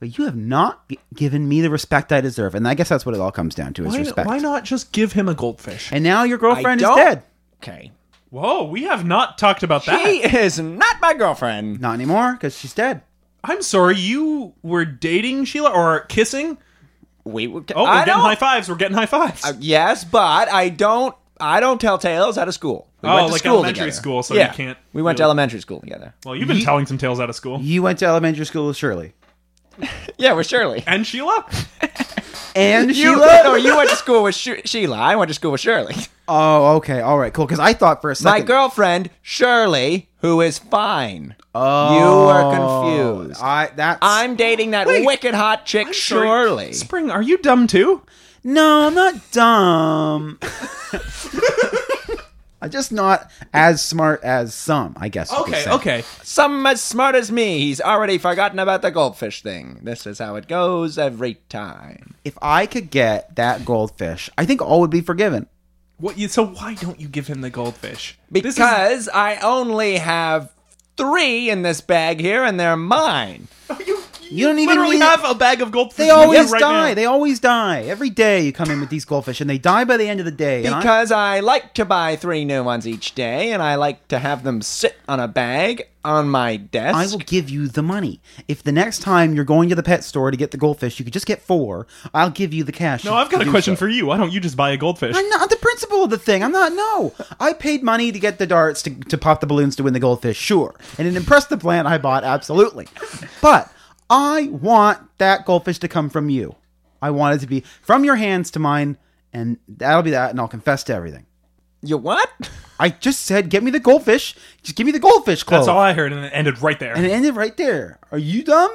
But you have not g- given me the respect I deserve, and I guess that's what it all comes down to is Why, respect. why not just give him a goldfish? And now your girlfriend is don't- dead. Okay. Whoa, we have not talked about that. She is not my girlfriend. Not anymore because she's dead. I'm sorry, you were dating Sheila or kissing? We were. Oh, we're I getting don't. high fives. We're getting high fives. yes, but I don't. I don't tell tales out of school. We oh, went to like school elementary together. school, so yeah, you can't. We went to really- elementary school together. Well, you've been Ye- telling some tales out of school. You went to elementary school with Shirley Yeah, with Shirley. And Sheila? and You, Oh, Sheila. no, you went to school with Sh- Sheila. I went to school with Shirley. Oh, okay, all right, cool. Because I thought for a My second, girlfriend Shirley, who is fine. Oh, you were confused. I that's I'm dating that Wait. wicked hot chick Sorry. Shirley. Spring, are you dumb too? no, I'm not dumb. I'm just not as smart as some, I guess. you could Okay, say. okay. Some as smart as me. He's already forgotten about the goldfish thing. This is how it goes every time. If I could get that goldfish, I think all would be forgiven. What? You, so why don't you give him the goldfish? This is- Because I only have three in this bag here, and they're mine. Oh, you, You don't even literally need- have a bag of goldfish. They with you always right die. now. They always die. Every day you come in with these goldfish, and they die by the end of the day. and I- Because I like to buy three new ones each day, and I like to have them sit on a bag on my desk. I will give you the money. If the next time you're going to the pet store to get the goldfish, you could just get four. I'll give you the cash. no, I've got to a do question so. for you. Why don't you just buy a goldfish? I'm not the principal of the thing. I'm not. No, I paid money to get the darts to, to pop the balloons to win the goldfish. Sure, and it impressed the plant I bought absolutely, but I want that goldfish to come from you. I want it to be from your hands to mine, and that'll be that. And I'll confess to everything. You what? I just said, get me the goldfish. Just give me the goldfish, Chloe. That's all I heard, and it ended right there. and it ended right there. Are you dumb?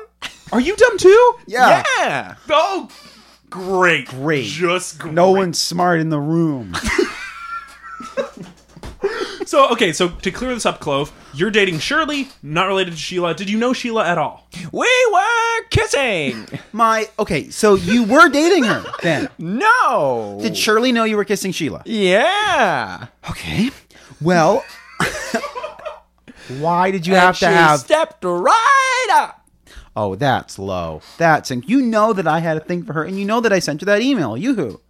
Are you dumb too? Yeah. yeah. Oh, great, Great. just great. No one's smart in the room. So okay, so to clear this up, Clove, you're dating Shirley, not related to Sheila. Did you know Sheila at all? We were kissing. My okay, so you were dating her then. No. Did Shirley know you were kissing Sheila? yeah. Okay. Eh? Well, why did you have And she to have? stepped right up. oh, that's low. That's and you know that I had a thing for her, and you know that I sent you that email. Yoo-hoo.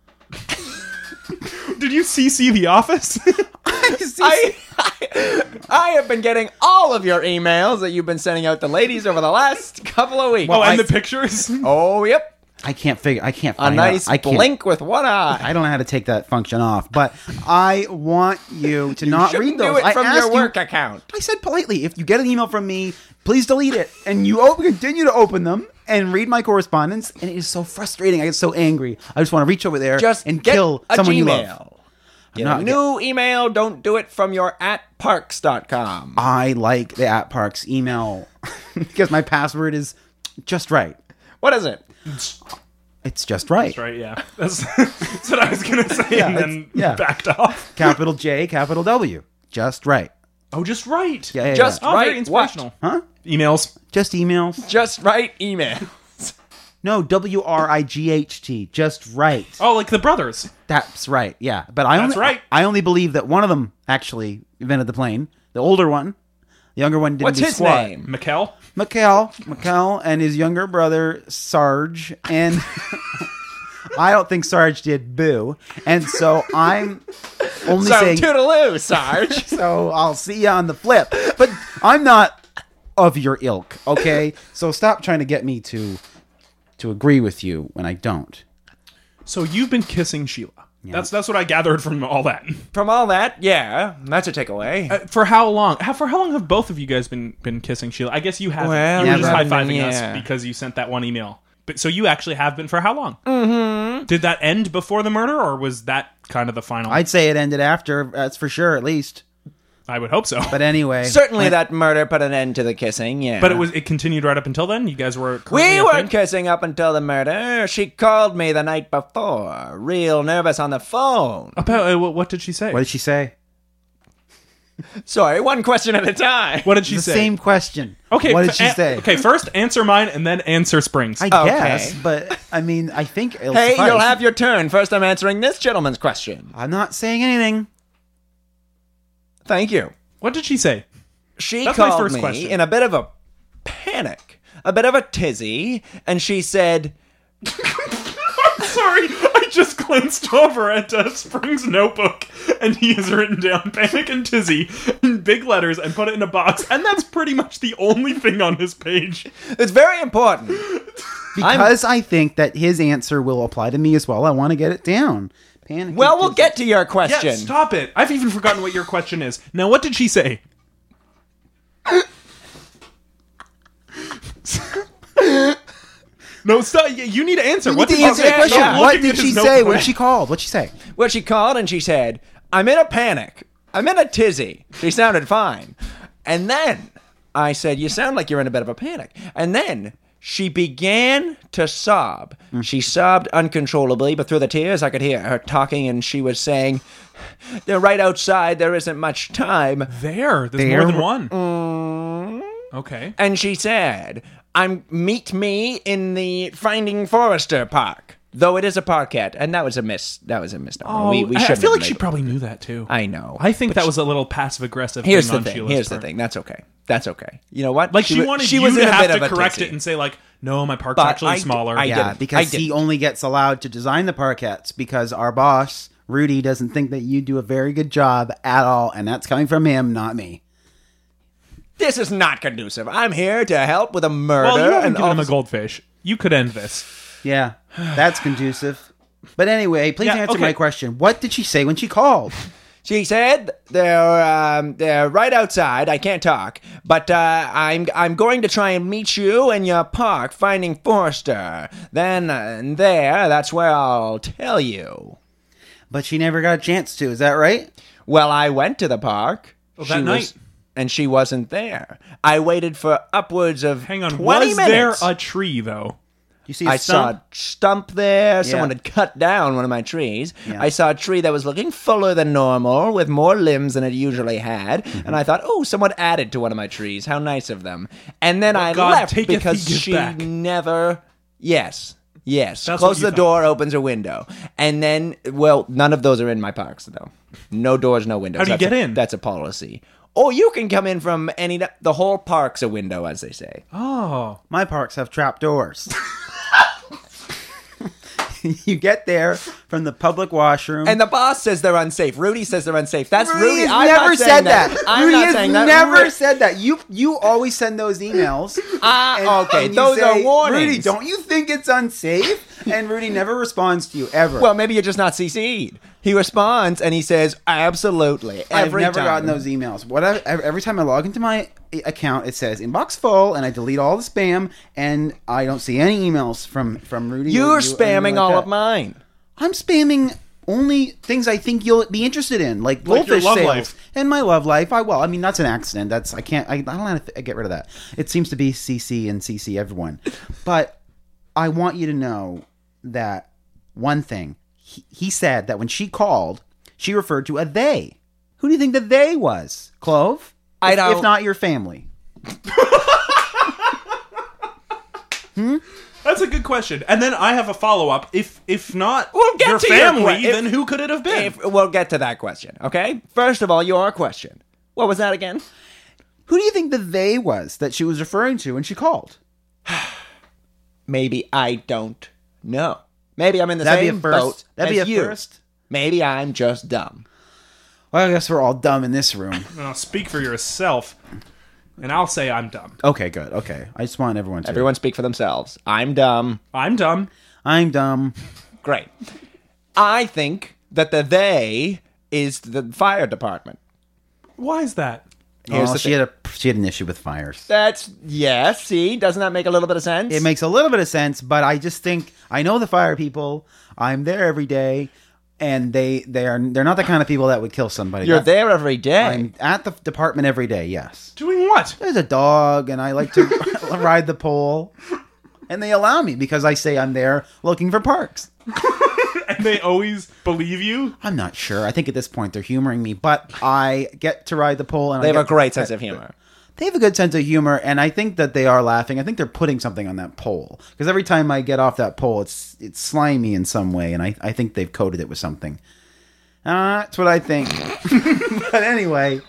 Did you CC the office? I, I, I have been getting all of your emails that you've been sending out to ladies over the last couple of weeks. oh, and I- the pictures. oh, yep. I can't figure. I can't A find. out. nice I can't. blink with one eye. I don't know how to take that function off, but I want you to not read Shouldn't those. do it I from asked your you- work account. I said politely, if you get an email from me, please delete it. And you op- continue to open them and read my correspondence. And it is so frustrating. I get so angry. I just want to reach over there Just and get kill a someone Gmail. you love. Get not a get- new email. Don't do it from your at parks.com. I like the at parks email because my password is just right. What is it? It's just right. right? Yeah, that's, that's what I was gonna say, and then it's- yeah. backed off. Capital J, capital W. Just right. Oh, just right. Yeah, yeah, Just yeah. Oh, right. very inspirational. What? Huh? Emails. Just emails. Just write email. No, W R I G H T. Just right. Oh, like the brothers. That's right. Yeah, but I That's only right. I only believe that one of them actually invented the plane. The older one, the younger one didn't. What's do his squat. name? Mikkel. Mikhail, Mikhail, and his younger brother Sarge, and I don't think Sarge did boo, and so I'm only So saying. toodaloo, Sarge. so I'll see you on the flip, but I'm not of your ilk. Okay, so stop trying to get me to to agree with you when I don't. So you've been kissing Sheila. That's that's what I gathered from all that. From all that, yeah, that's a takeaway. Uh, For how long? How for how long have both of you guys been been kissing Sheila? I guess you haven't. you Well, were yeah, just high but- fiving yeah. us because you sent that one email. But so you actually have been for how long? Mm-hmm. Did that end before the murder, or was that kind of the final? I, I'd say it ended after. That's for sure, at least. would hope so. But, But anyway, Certainly, that murder put an end to the kissing. Yeah, it was it continued right up until then. You guys were currently We a weren't thing? kissing up until the murder. She called me the night before, real nervous on the phone. About uh, what, what did she say? What What, did she say? Sorry, one question at a time. did she the say? same question. Okay. What f- did she an- say? Okay, first answer mine and then answer Springs. I Okay. guess, but I mean, I think. It'll Hey, suffice. you'll have your turn. First, I'm answering this gentleman's question. I'm not saying anything. Thank you. what did she say? She That's my called first me question. in a bit of a panic, a bit of a tizzy, and she said, I'm sorry, I just glanced over at uh, Spring's notebook, and he has written down "panic and tizzy" in big letters and put it in a box, and that's pretty much the only thing on his page. "It's very important." Because i think that his answer will apply to me as well. I want to get it down. Panic. Well, we'll get to your Yeah, question. stop it! I've even forgotten what your question is. Now, what did she say? no, stop! y- You need to answer. what What did, did answer the she say? question. Stop what looking did at she his say? What notebook. did she called? What she say? Well, she called and she said, I'm in a panic. I'm in a tizzy. She sounded fine. And then I said, You sound like you're in a bit of a panic. And then she began to sob. Mm. She sobbed uncontrollably, but through the tears, I could hear her talking, and she was saying, They're right outside. There isn't much time. There, there's There more than were- Mm. one. Okay. And she said, I'm meet me in the Finding Forrester Park. Though it is a parquet, and that was a miss. That was a misnomer. Oh, we, we I- I shouldn't feel have like she labeled- probably knew that too. I know. I think that was a little passive aggressive. Here's thing the on thing. Sheila's Here's part. the thing. That's okay. That's okay. You know what? Like she, wa- wanted you in to a have bit to of a correct tizzy. it and say like, "No, my park's But actually I d- smaller." I yeah. did. Yeah, didn't. I because didn't. he only gets allowed to design the parquettes because our boss, Rudy, doesn't think that you do a very good job at all, and that's coming from him, not me. This is not conducive. I'm here to help with a murder. Well, you haven't and given all him a this- goldfish. You could end this. Yeah, that's conducive. But anyway, please Yeah, answer okay. my question. What did she say when she called? She said they're um, they're right outside. I can't talk, but uh, I'm I'm going to try and meet you in your park, finding Forster. Then uh, and there, that's where I'll tell you. But she never got a chance to. Is that right? Well, I went to the park that She was- night. and she wasn't there. I waited for upwards of Hang on. twenty Was minutes. there a tree though? You see, a I saw a stump? stump there. Someone had cut down one of my trees. I saw a tree that was looking fuller than normal, with more limbs than it usually had. Mm-hmm. And I thought, oh, someone added to one of my trees. How nice of them. And then I God left taketh, he because giveth she back. never. Yes. Yes. That's what Closes you the thought. door, opens her window. And then, well, none of those are in my parks, though. No doors, no windows. How do you That's get a- in? That's a policy. Or you can come in from any. The whole park's a window, as they say. Oh, My parks have trap doors. you get there from the public washroom. And the boss says they're unsafe. Rudy says they're unsafe. That's Rudy. Rudy has I'm never not saying said that. I'm Rudy not has saying that. never Ru- said that. You you always send those emails. Ah, okay. you Those are warnings. Rudy, don't you think it's unsafe? And Rudy never responds to you ever. Well, maybe you're just not CC'd. He responds and he says, "Absolutely." I've Every never time. gotten those emails. What I, every time I log into my account, it says inbox full, and I delete all the spam, and I don't see any emails from from Rudy. or you or You're anything spamming like all that. of mine. I'm spamming only things I think you'll be interested in, like Like your goldfish love sales life. and my love life. I well, I mean that's an accident. That's I can't. I, I don't know how to th- get rid of that. It seems to be CC and CC everyone. But I want you to know that one thing. He, he said that when she called, she referred to a they. Who do you think the they was? Clove. I If- don't- If not your family. that's a good question. And then I have a follow up. If if not We'll get your to your family, que- if- then who could it have been? If, we'll get to that question. Okay. First of all, your question. What was that again? Who do you think the they was that she was referring to when she called? Maybe I don't know. Maybe I'm in the That'd be same a first. boat That'd be as a you. first. Maybe I'm just dumb. Well, I guess we're all dumb in this room. Now, speak for yourself, and I'll say I'm dumb. Okay, good. Okay. I just want everyone to. Everyone speak for themselves. I'm dumb. I'm dumb. I'm dumb. Great. I think that the they is the fire department. Why is that? Here's Oh, the she had a she had an issue with fires. That's yes. See, doesn't that make a little bit of sense? It makes a little bit of sense, but I just think I know the fire people. I'm there every day, and they they are they're not the kind of people that would kill somebody. You're That- there every day. I'm at the department every day. Yes, Doing what? there's a dog, and I like to ride the pole, and they allow me because I say I'm there looking for parks. And they always believe you? I'm not sure. I think at this point they're humoring me, but I get to ride the pole, and they I have get, a great sense of humor. they have a good sense of humor, and I think that they are laughing. I think they're putting something on that pole because every time I get off that pole, it's it's slimy in some way, and I, I think they've coated it with something. Uh, that's what I think. but anyway,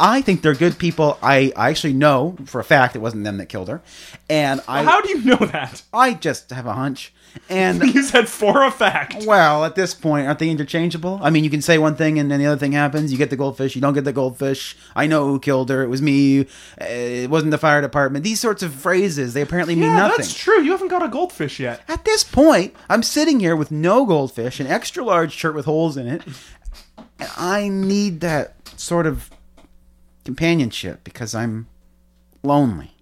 I think they're good people. I, I actually know for a fact it wasn't them that killed her, and I How do you know that? I just have a hunch. And You said for a fact. well, at this point, aren't they interchangeable? I mean, you can say one thing and then the other thing happens. You get the goldfish, you don't get the goldfish. I know who killed her. It was me. Uh, It wasn't the fire department. These sorts of phrases, they apparently mean Yeah, nothing. that's true. You haven't got a goldfish yet. At this point, I'm sitting here with no goldfish, an extra large shirt with holes in it. And I need that sort of companionship because I'm lonely.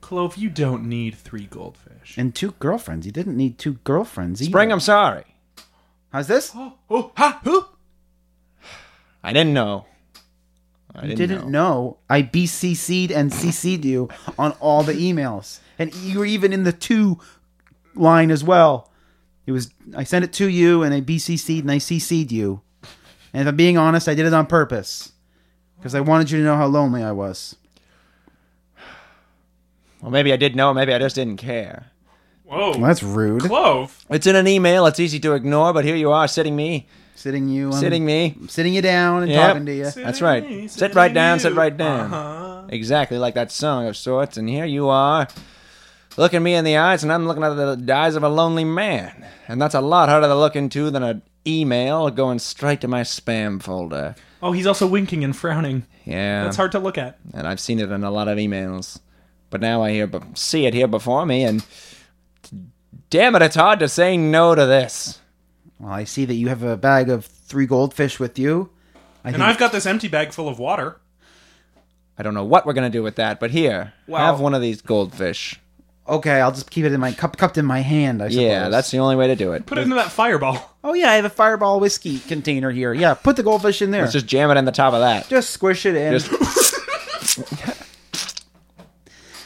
Clove, you don't need three goldfish. And two girlfriends. You didn't need two girlfriends. either. Spring, I'm sorry. How's this? Oh, oh, ha, who? I didn't know. I didn't, didn't know. I BCC'd and CC'd you on all the emails, and you were even in the two line as well. It was I sent it to you, and I BCC'd and I CC'd you. And if I'm being honest, I did it on purpose because I wanted you to know how lonely I was. Well, maybe I did know. Maybe I just didn't care. Whoa. Well, that's rude. Clove? It's in an email. It's easy to ignore, but here you are, sitting me, Sitting you, on, sitting me. sitting you down, and Yep. talking to you. That's right. Sitting me, sit right sitting down. Sit you. right down. Uh-huh. Exactly like that song of sorts. And here you are, looking me in the eyes, and I'm looking at the eyes of a lonely man. And that's a lot harder to look into than an email going straight to my spam folder. Oh, he's also winking and frowning. Yeah. That's hard to look at. and I've seen it in a lot of emails. But now I hear, see it here before me, and damn it, it's hard to say no to this. Well, I see that you have a bag of three goldfish with you. I And I've got this empty bag full of water. I don't know what we're gonna do with that, but here, Wow. have one of these goldfish. okay. I'll just keep it in my cup, cupped in my hand. I suppose. Yeah, that's the only way to do it. Put it into that fireball. Oh yeah, I have a Fireball whiskey container here. Yeah, put the goldfish in there. Let's just jam it in the top of that. Just squish it in.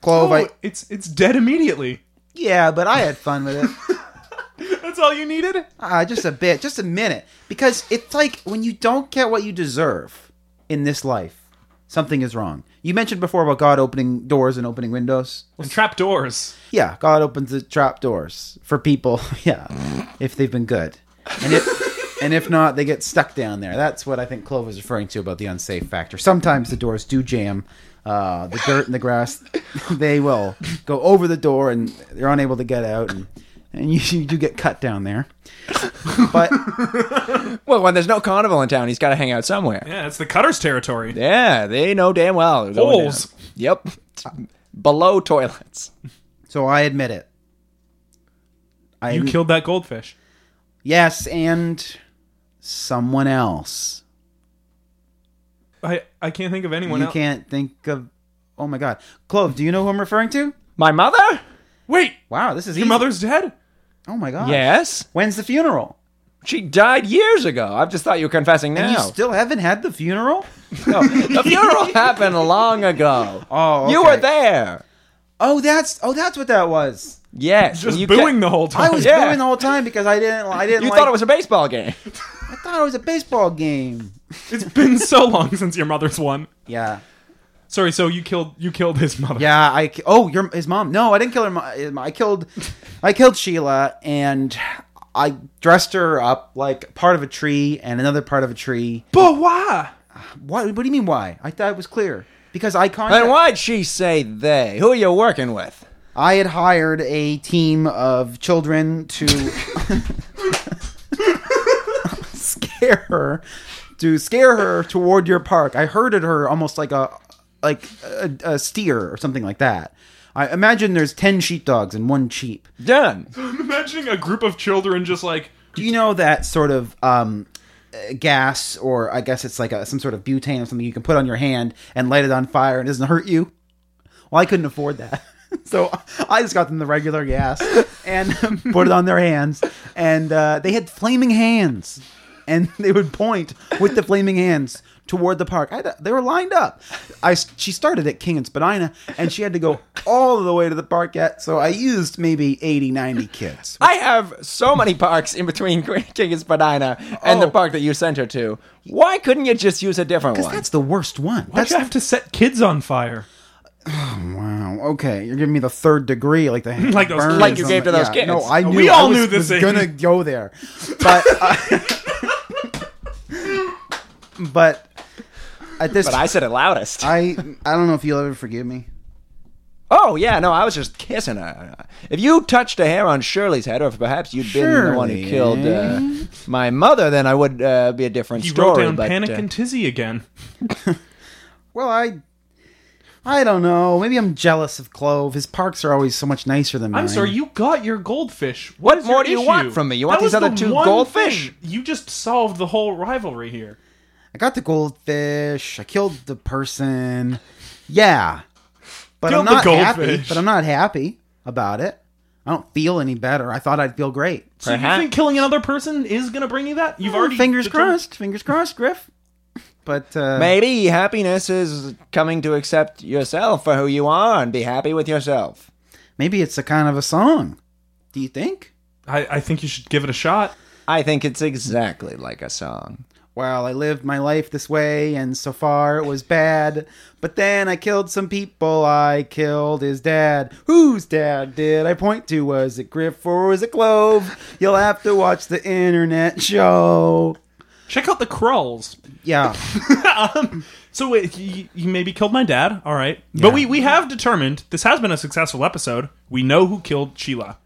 Clove, Oh, I, it's it's dead immediately. yeah, but I had fun with it. That's all you needed? Ah, just a bit, just a minute, because it's like when you don't get what you deserve in this life, something is wrong. You mentioned before about God opening doors and opening windows. And trap doors. Yeah, God opens the trap doors for people. Yeah, if they've been good, and if and if not, they get stuck down there. That's what I think Clove is referring to about the unsafe factor. Sometimes the doors do jam. Uh, the dirt and the grass, they will go over the door, and they're unable to get out, and and you, you do get cut down there. But Well, when there's no carnival in town, he's got to hang out somewhere. Yeah, it's the cutter's territory. Yeah, they know damn well. they're going Holes. down. Yep, It's below toilets. so I admit it. I You adm- killed that goldfish. yes, and someone else. I, I can't think of anyone you else. can't think of. Oh my God, Clove, do you know who I'm referring to? My mother? Wait, Wow, this is your easy. mother's dead? Oh my God. Yes, When's the funeral? she died years ago. I've just thought you were confessing now. You still haven't had the funeral? The funeral happened long ago. Oh, You okay. were there. Oh, that's oh, that's what that was. Yes. Just and you booing ca- the whole I time. was Yeah. booing the whole time because I didn't. I didn't. You like- thought it was a baseball game. I thought it was a baseball game. It's been so long since your mother's won. Yeah. Sorry, so you killed you killed his mother. Yeah. I. ki- Oh, your his mom. No, I didn't kill her. mo- his mom. I killed. I killed Sheila and. I dressed her up like part of a tree and another part of a tree. But why? What? What do you mean? Why? I thought it was clear because I contacted. And why'd she say they? Who are you working with? I had hired a team of children to scare her, to scare her toward your park. I herded her almost like a like a, a steer or something like that. I imagine there's ten sheepdogs and one sheep. Done. I'm imagining a group of children just like Do you know that sort of um, uh, gas, or I guess it's like a, some sort of butane or something you can put on your hand and light it on fire and it doesn't hurt you? Well, I couldn't afford that. So I just got them the regular gas and put it on their hands. And uh, they had flaming hands. And they would point with the flaming hands toward the park. I, had to- they were lined up. I, she started at King and Spadina, and she had to go all the way to the park yet. So I used maybe 80, 90 kids. I have so many parks in between Grand King and Spadina and the Oh. park that you sent her to. Why couldn't you just use a different one? That's the worst one. why'd That's you have to set kids on fire? Wow. Oh, Okay, you're giving me the third degree, like the Like those burns Like you on gave the- to those yeah, kids. No, I knew. We all I was, knew this was thing. gonna go there, but uh, but at this, but I said it loudest. I I don't know if you'll ever forgive me. oh yeah, no, I was just kissing her. If you touched a hair on Shirley's head, or if perhaps you had been the one who Shirley. killed uh, my mother, then I would uh, be a different He wrote story. down but, panic uh, and tizzy again. Well, I I don't know. Maybe I'm jealous of Clove. His parks are always so much nicer than mine. I'm sorry, you got your goldfish. What is more your do you want issue? from me? You want That these was other the two one goldfish? thing. You just solved the whole rivalry here. I got the goldfish. I killed the person. Yeah, but Killed I'm not the happy. goldfish. But I'm not happy about it. I don't feel any better. I thought I'd feel great. So Perhaps. you think killing another person is gonna bring you that? Oh, You've already Oh, fingers determined- crossed. Fingers crossed, Griff. But uh, Maybe happiness is coming to accept yourself for who you are and be happy with yourself. maybe it's a kind of a song. Do you think? I, I think you should give it a shot. I think it's exactly like a song. Well, I lived my life this way, and so far it was bad. But then I killed some people. I killed his dad. Whose dad did I point to? Was it Griff or was it Clove? You'll have to watch the internet show. Check out the crawls. Yeah. um, so wait, you, you maybe killed my dad. All right, but we we have determined this has been a successful episode. We know who killed Sheila.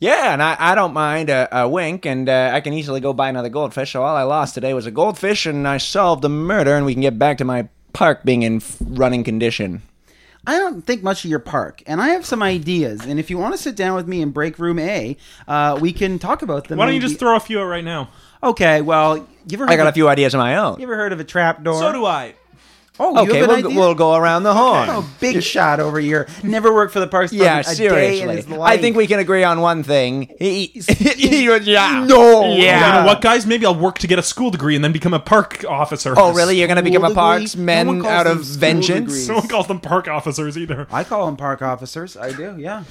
Yeah, and I, I don't mind a, a wink, and uh, I can easily go buy another goldfish. So all I lost today was a goldfish, and I solved the murder, and we can get back to my park being in f- running condition. I don't think much of your park, and I have some ideas. And if you want to sit down with me in break room A, uh, we can talk about them. Why don't you Maybe- just throw a few out right now? Okay, well, you ever heard I got of, a few ideas of my You own. ever heard of a trap door? So do I. Oh, you Okay, have an we'll, idea? we'll go around the horn. Oh, big shot over here. Never worked for the Parks Yeah, Department a day in his seriously. life. I think we can agree on one thing. He, he was- yeah. No. Yeah. You know what, guys? Maybe I'll work to get a school degree and then become a park officer. Oh, really? You're going to School become a degree? parks No man one calls out them of school vengeance? degrees. No one calls them park officers either. I call them park officers. I do. Yeah,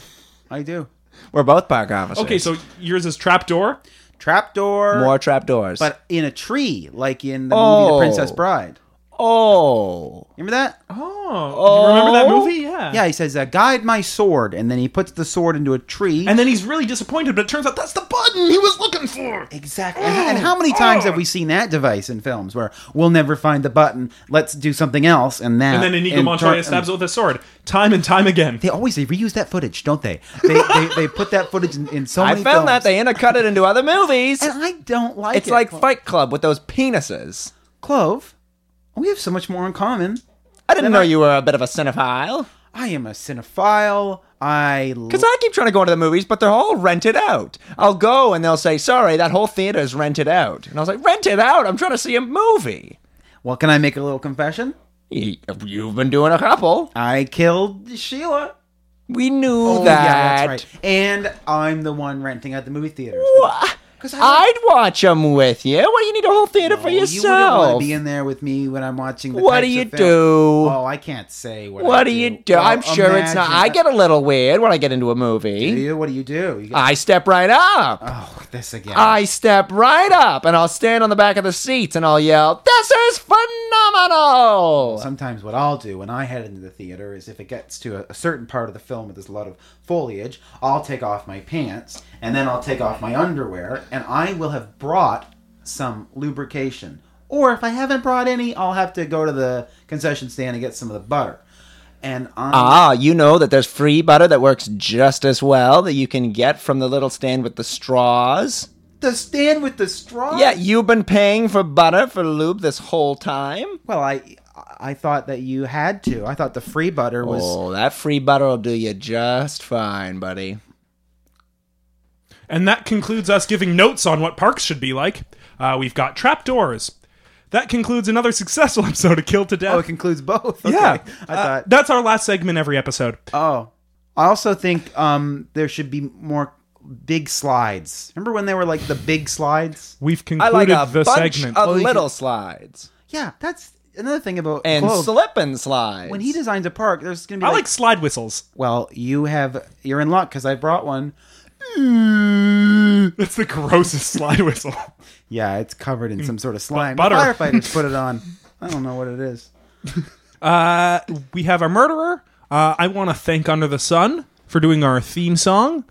I do. We're both park officers. Okay, so yours is trapdoor. Trap door, more trapdoors. but in a tree, like in the movie Oh. The Princess Bride. oh, Remember that? Oh, you remember that Oh. movie? Yeah. Yeah, he says, uh, "Guide my sword," and then he puts the sword into a tree. And then he's really disappointed, but it turns out that's the button he was looking for. Exactly. And, and how many times have we seen that device in films where we'll never find the button? Let's do something else, and that. And then Inigo and Montoya turn- stabs it with a sword, time and time again. They always they reuse that footage, don't they? They they, they put that footage in, in so I many. found films. that they intercut it into other movies. and I don't like it's it. like Clo- Fight Club with those penises. Clove. We have so much more in common. I didn't Then know I- you were a bit of a cinephile. I am a cinephile. I lo- Because I keep trying to go into the movies, but they're all rented out. I'll go and they'll say, sorry, that whole theater is rented out. And I was like, rented out? I'm trying to see a movie. well, can I make a little confession? Y- You've been doing a couple. I killed Sheila. We knew Oh, that. yeah, that's right. And I'm the one renting at the movie theaters. Wha- 'Cause I don't- I'd watch them with you. What do you need a whole theater ah, for Oh, You wouldn't want to yourself? be in there with me when I'm watching. The What types do you of film- do? Oh, I can't say what. I What do you do? Well, I'm sure it's not. imagine I that- get a little weird when I get into a Do movie. you? What do you do? You get- I step right up. oh, this again. Uh, I step right up and I'll stand on the back of the seats and I'll yell, This is phenomenal! Sometimes what I'll do when I head into the theater is if it gets to a, a certain part of the film where there's a lot of foliage, I'll take off my pants and then I'll take off my underwear and I will have brought some lubrication. Or if I haven't brought any, I'll have to go to the concession stand and get some of the butter. And I'm Uh, Ah, you know that there's free butter that works just as well that you can get from the little stand with the straws. the stand with the straw. Yeah, you've been paying for butter for lube this whole time. Well, I I thought that you had to. I thought the free butter was. Oh, that free butter will do you just fine, buddy. And that concludes us giving notes on what parks should be like. Uh, we've got trapdoors. That concludes another successful episode of Kill to Death. Oh, it concludes both. Okay. yeah, I Uh, thought. that's our last segment every episode. Uh, Oh, I also think um there should be more big slides. Remember when they were like the big slides? We've I concluded like a the bunch segment. Oh, of Well, you little slides Yeah, that's another thing about and Clove. slipping slides. When he designs a park, there's gonna be. I Like, like slide whistles. Well, you have. You're in luck because I brought one. That's the grossest slide whistle. Yeah, it's covered in some sort of slime. butter. Firefighters put it on. I don't know what it is. Uh, we have our murderer. Uh, I want to thank Under the Sun for doing our theme song.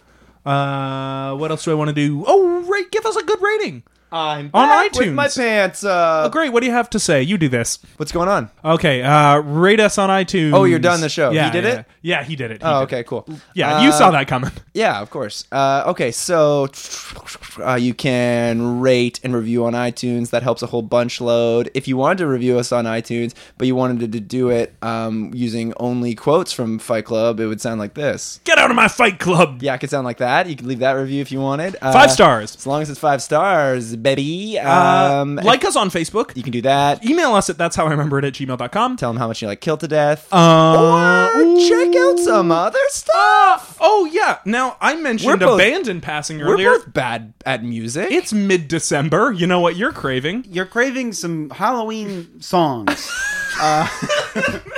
Uh, what else do I want to do? Oh, right, give us a good rating. I'm On back iTunes. with my pants up. Great. What do you have to say? You do this. What's going on? Okay. Uh, rate us on iTunes. Oh, you're done the show. Yeah, He did yeah. it? Yeah, he did it. He did Oh, it. okay, cool. Yeah, Uh, you saw that coming. Yeah, of course. Uh, okay, so uh, you can rate and review on iTunes. That helps a whole bunch load. If you wanted to review us on iTunes, but you wanted to do it um, using only quotes from Fight Club, it would sound like this. Get out of my fight club. Yeah, it could sound like that. You could leave that review if you wanted. Uh, Five stars. As long as it's five stars, baby. Uh, Um, like us on Facebook. you can do that. Email us at that's how I remember it at gmail.com. Tell them how much you like Kill to Death. Uh, or check out some other stuff. Oh yeah. Now I mentioned We're both- abandon passing We're earlier. both bad at music. It's mid December. You know what you're craving. you're craving some Halloween songs. uh,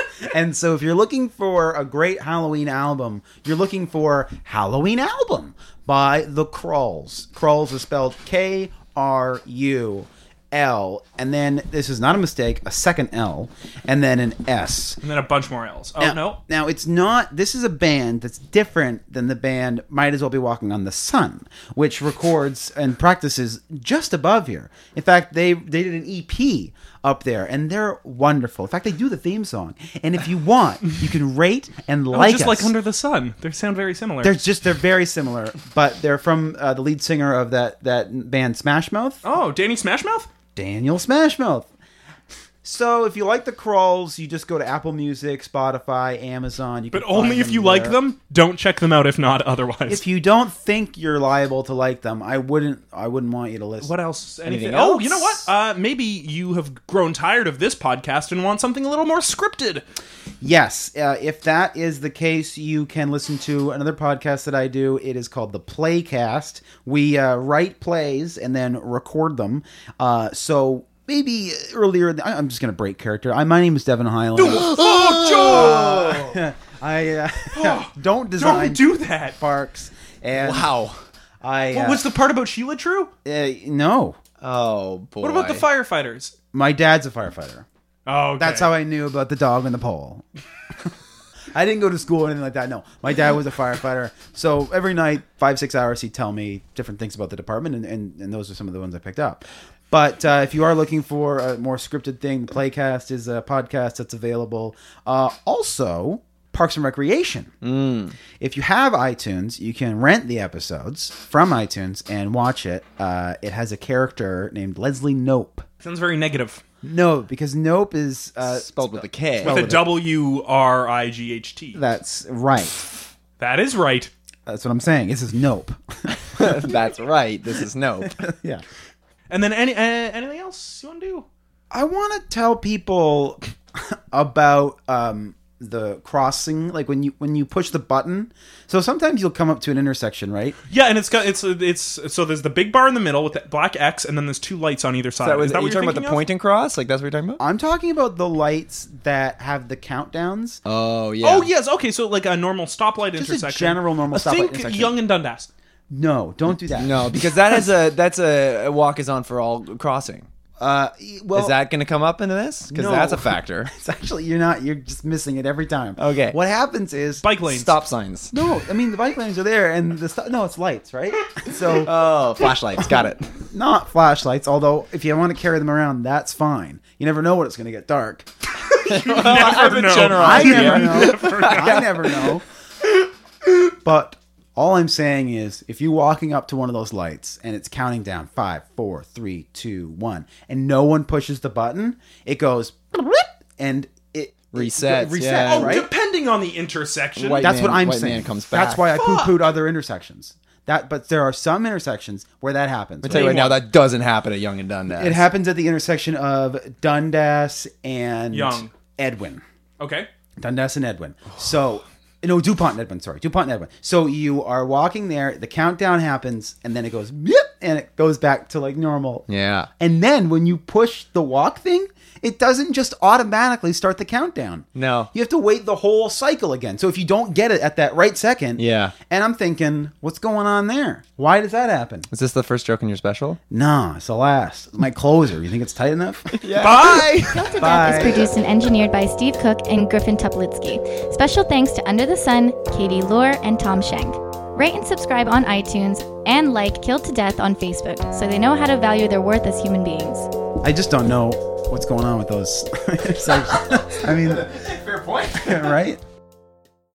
and so if you're looking for a great Halloween album, you're looking for Halloween Album by The Crawls. Crawls is spelled K R U L. And then this is not a mistake, a second L and then an S. And then a bunch more L's. Oh Now, no. Now it's not. This is a band that's different than the band "Might as Well Be Walking on the Sun," which records and practices just above here. In fact, they they did an EP up there, and they're wonderful. In fact, they do the theme song. And if you want, you can rate and Like like just us. like under the sun. They sound very similar. they're just they're very similar, but they're from uh, the lead singer of that that band Smash Mouth. oh, Danny Smashmouth? Daniel Smashmouth. So if you like the crawls, you just go to Apple Music, Spotify, Amazon. You But can only find if you like there. them. Don't check them out if not otherwise. If you don't think you're liable to like them, I wouldn't. I wouldn't want you to listen. what else? Anything? Anything Oh, you know what? else? Uh, maybe you have grown tired of this podcast and want something a little more scripted. Yes, uh, if that is the case, you can listen to another podcast that I do. It is called the Playcast. We uh, write plays and then record them. Uh, so maybe earlier, in the- I- I'm just going to break character. I, my name is Devin Highland. Oh, Joe! I uh, don't design Don't do that. parks. And wow. I uh, What was the part about Sheila true? uh, no. Oh boy. What about the firefighters? My dad's a firefighter. Oh, okay. That's how I knew about the dog and the pole. I didn't go to school or anything like that. No, my dad was a firefighter. So every night, five, six hours, he'd tell me different things about the department, and, and, and those are some of the ones I picked up. But uh, if you are looking for a more scripted thing, the Playcast is a podcast that's available. Uh, also, Parks and Recreation. If you have iTunes, you can rent the episodes from iTunes and watch it. Uh, it has a character named Leslie Nope. Sounds very negative. No, because Nope is uh, spelled with a K? With a W R I G H T. That's right. That is right. That's what I'm saying. This is nope. That's right. This is nope. yeah. And then any uh, anything else you want to do? I want to tell people about um, the crossing, like when you when you push the button. So sometimes you'll come up to an intersection, right? Yeah, and it's got it's it's so there's the big bar in the middle with that black X, and then there's two lights on either side. That was, is that you what you're talking about the thinking of? point and cross? Like that's what you're talking about? I'm talking about the lights that have the countdowns. Oh yeah. Oh yes, okay. So like a normal stoplight Just a intersection, general normal Uh, stoplight Think intersection. Young and Dundas. No, don't do that. No, because that is a that's a, a walk is on for all crossing. Uh, e- well, Is that going to come up into this? Because No. that's a factor. it's actually you're not. You're just missing it every time. Okay. What happens is Bike lanes. Stop signs. No, I mean the bike lanes are there, and the st- no, it's lights, right? So Oh, flashlights. Got it. not flashlights, although if you want to carry them around, that's fine. You never know when it's going to get dark. Never been know. general. I Yeah. never know. I never know. But all I'm saying is if you're walking up to one of those lights and it's counting down five, four, three, two, one, and no one pushes the button, it goes bloop, and it Resets, it resets, yeah. Oh, right? depending on the intersection. White- That's what man- I'm white saying. man comes That's back. why I poo-pooed other intersections. That, but there are some intersections where that happens. I tell you right now, that doesn't happen at Young and Dundas. It happens at the intersection of Dundas and Young. Edwin. okay. Dundas and Edwin. So, no, DuPont and Edwin, sorry. DuPont and Edwin. So you are walking there, the countdown happens, and then it goes, "Meep," and it goes back to like normal. Yeah. And then when you push the walk thing, it doesn't just automatically start the countdown. No. You have to wait the whole cycle again. So if you don't get it at that right second. Yeah. And I'm thinking, what's going on there? Why does that happen? Is this the first joke in your special? Nah, it's the last. My closer. You think it's tight enough? Bye. After Bye. Death is produced and engineered by Steve Cook and Griffin Tuplitsky. Special thanks to Under the Sun, Katie Lohr, and Tom Schenk. Rate and subscribe on iTunes and like Killed to Death on Facebook so they know how to value their worth as human beings. I just don't know what's going on with those intersections. I mean, fair point, right?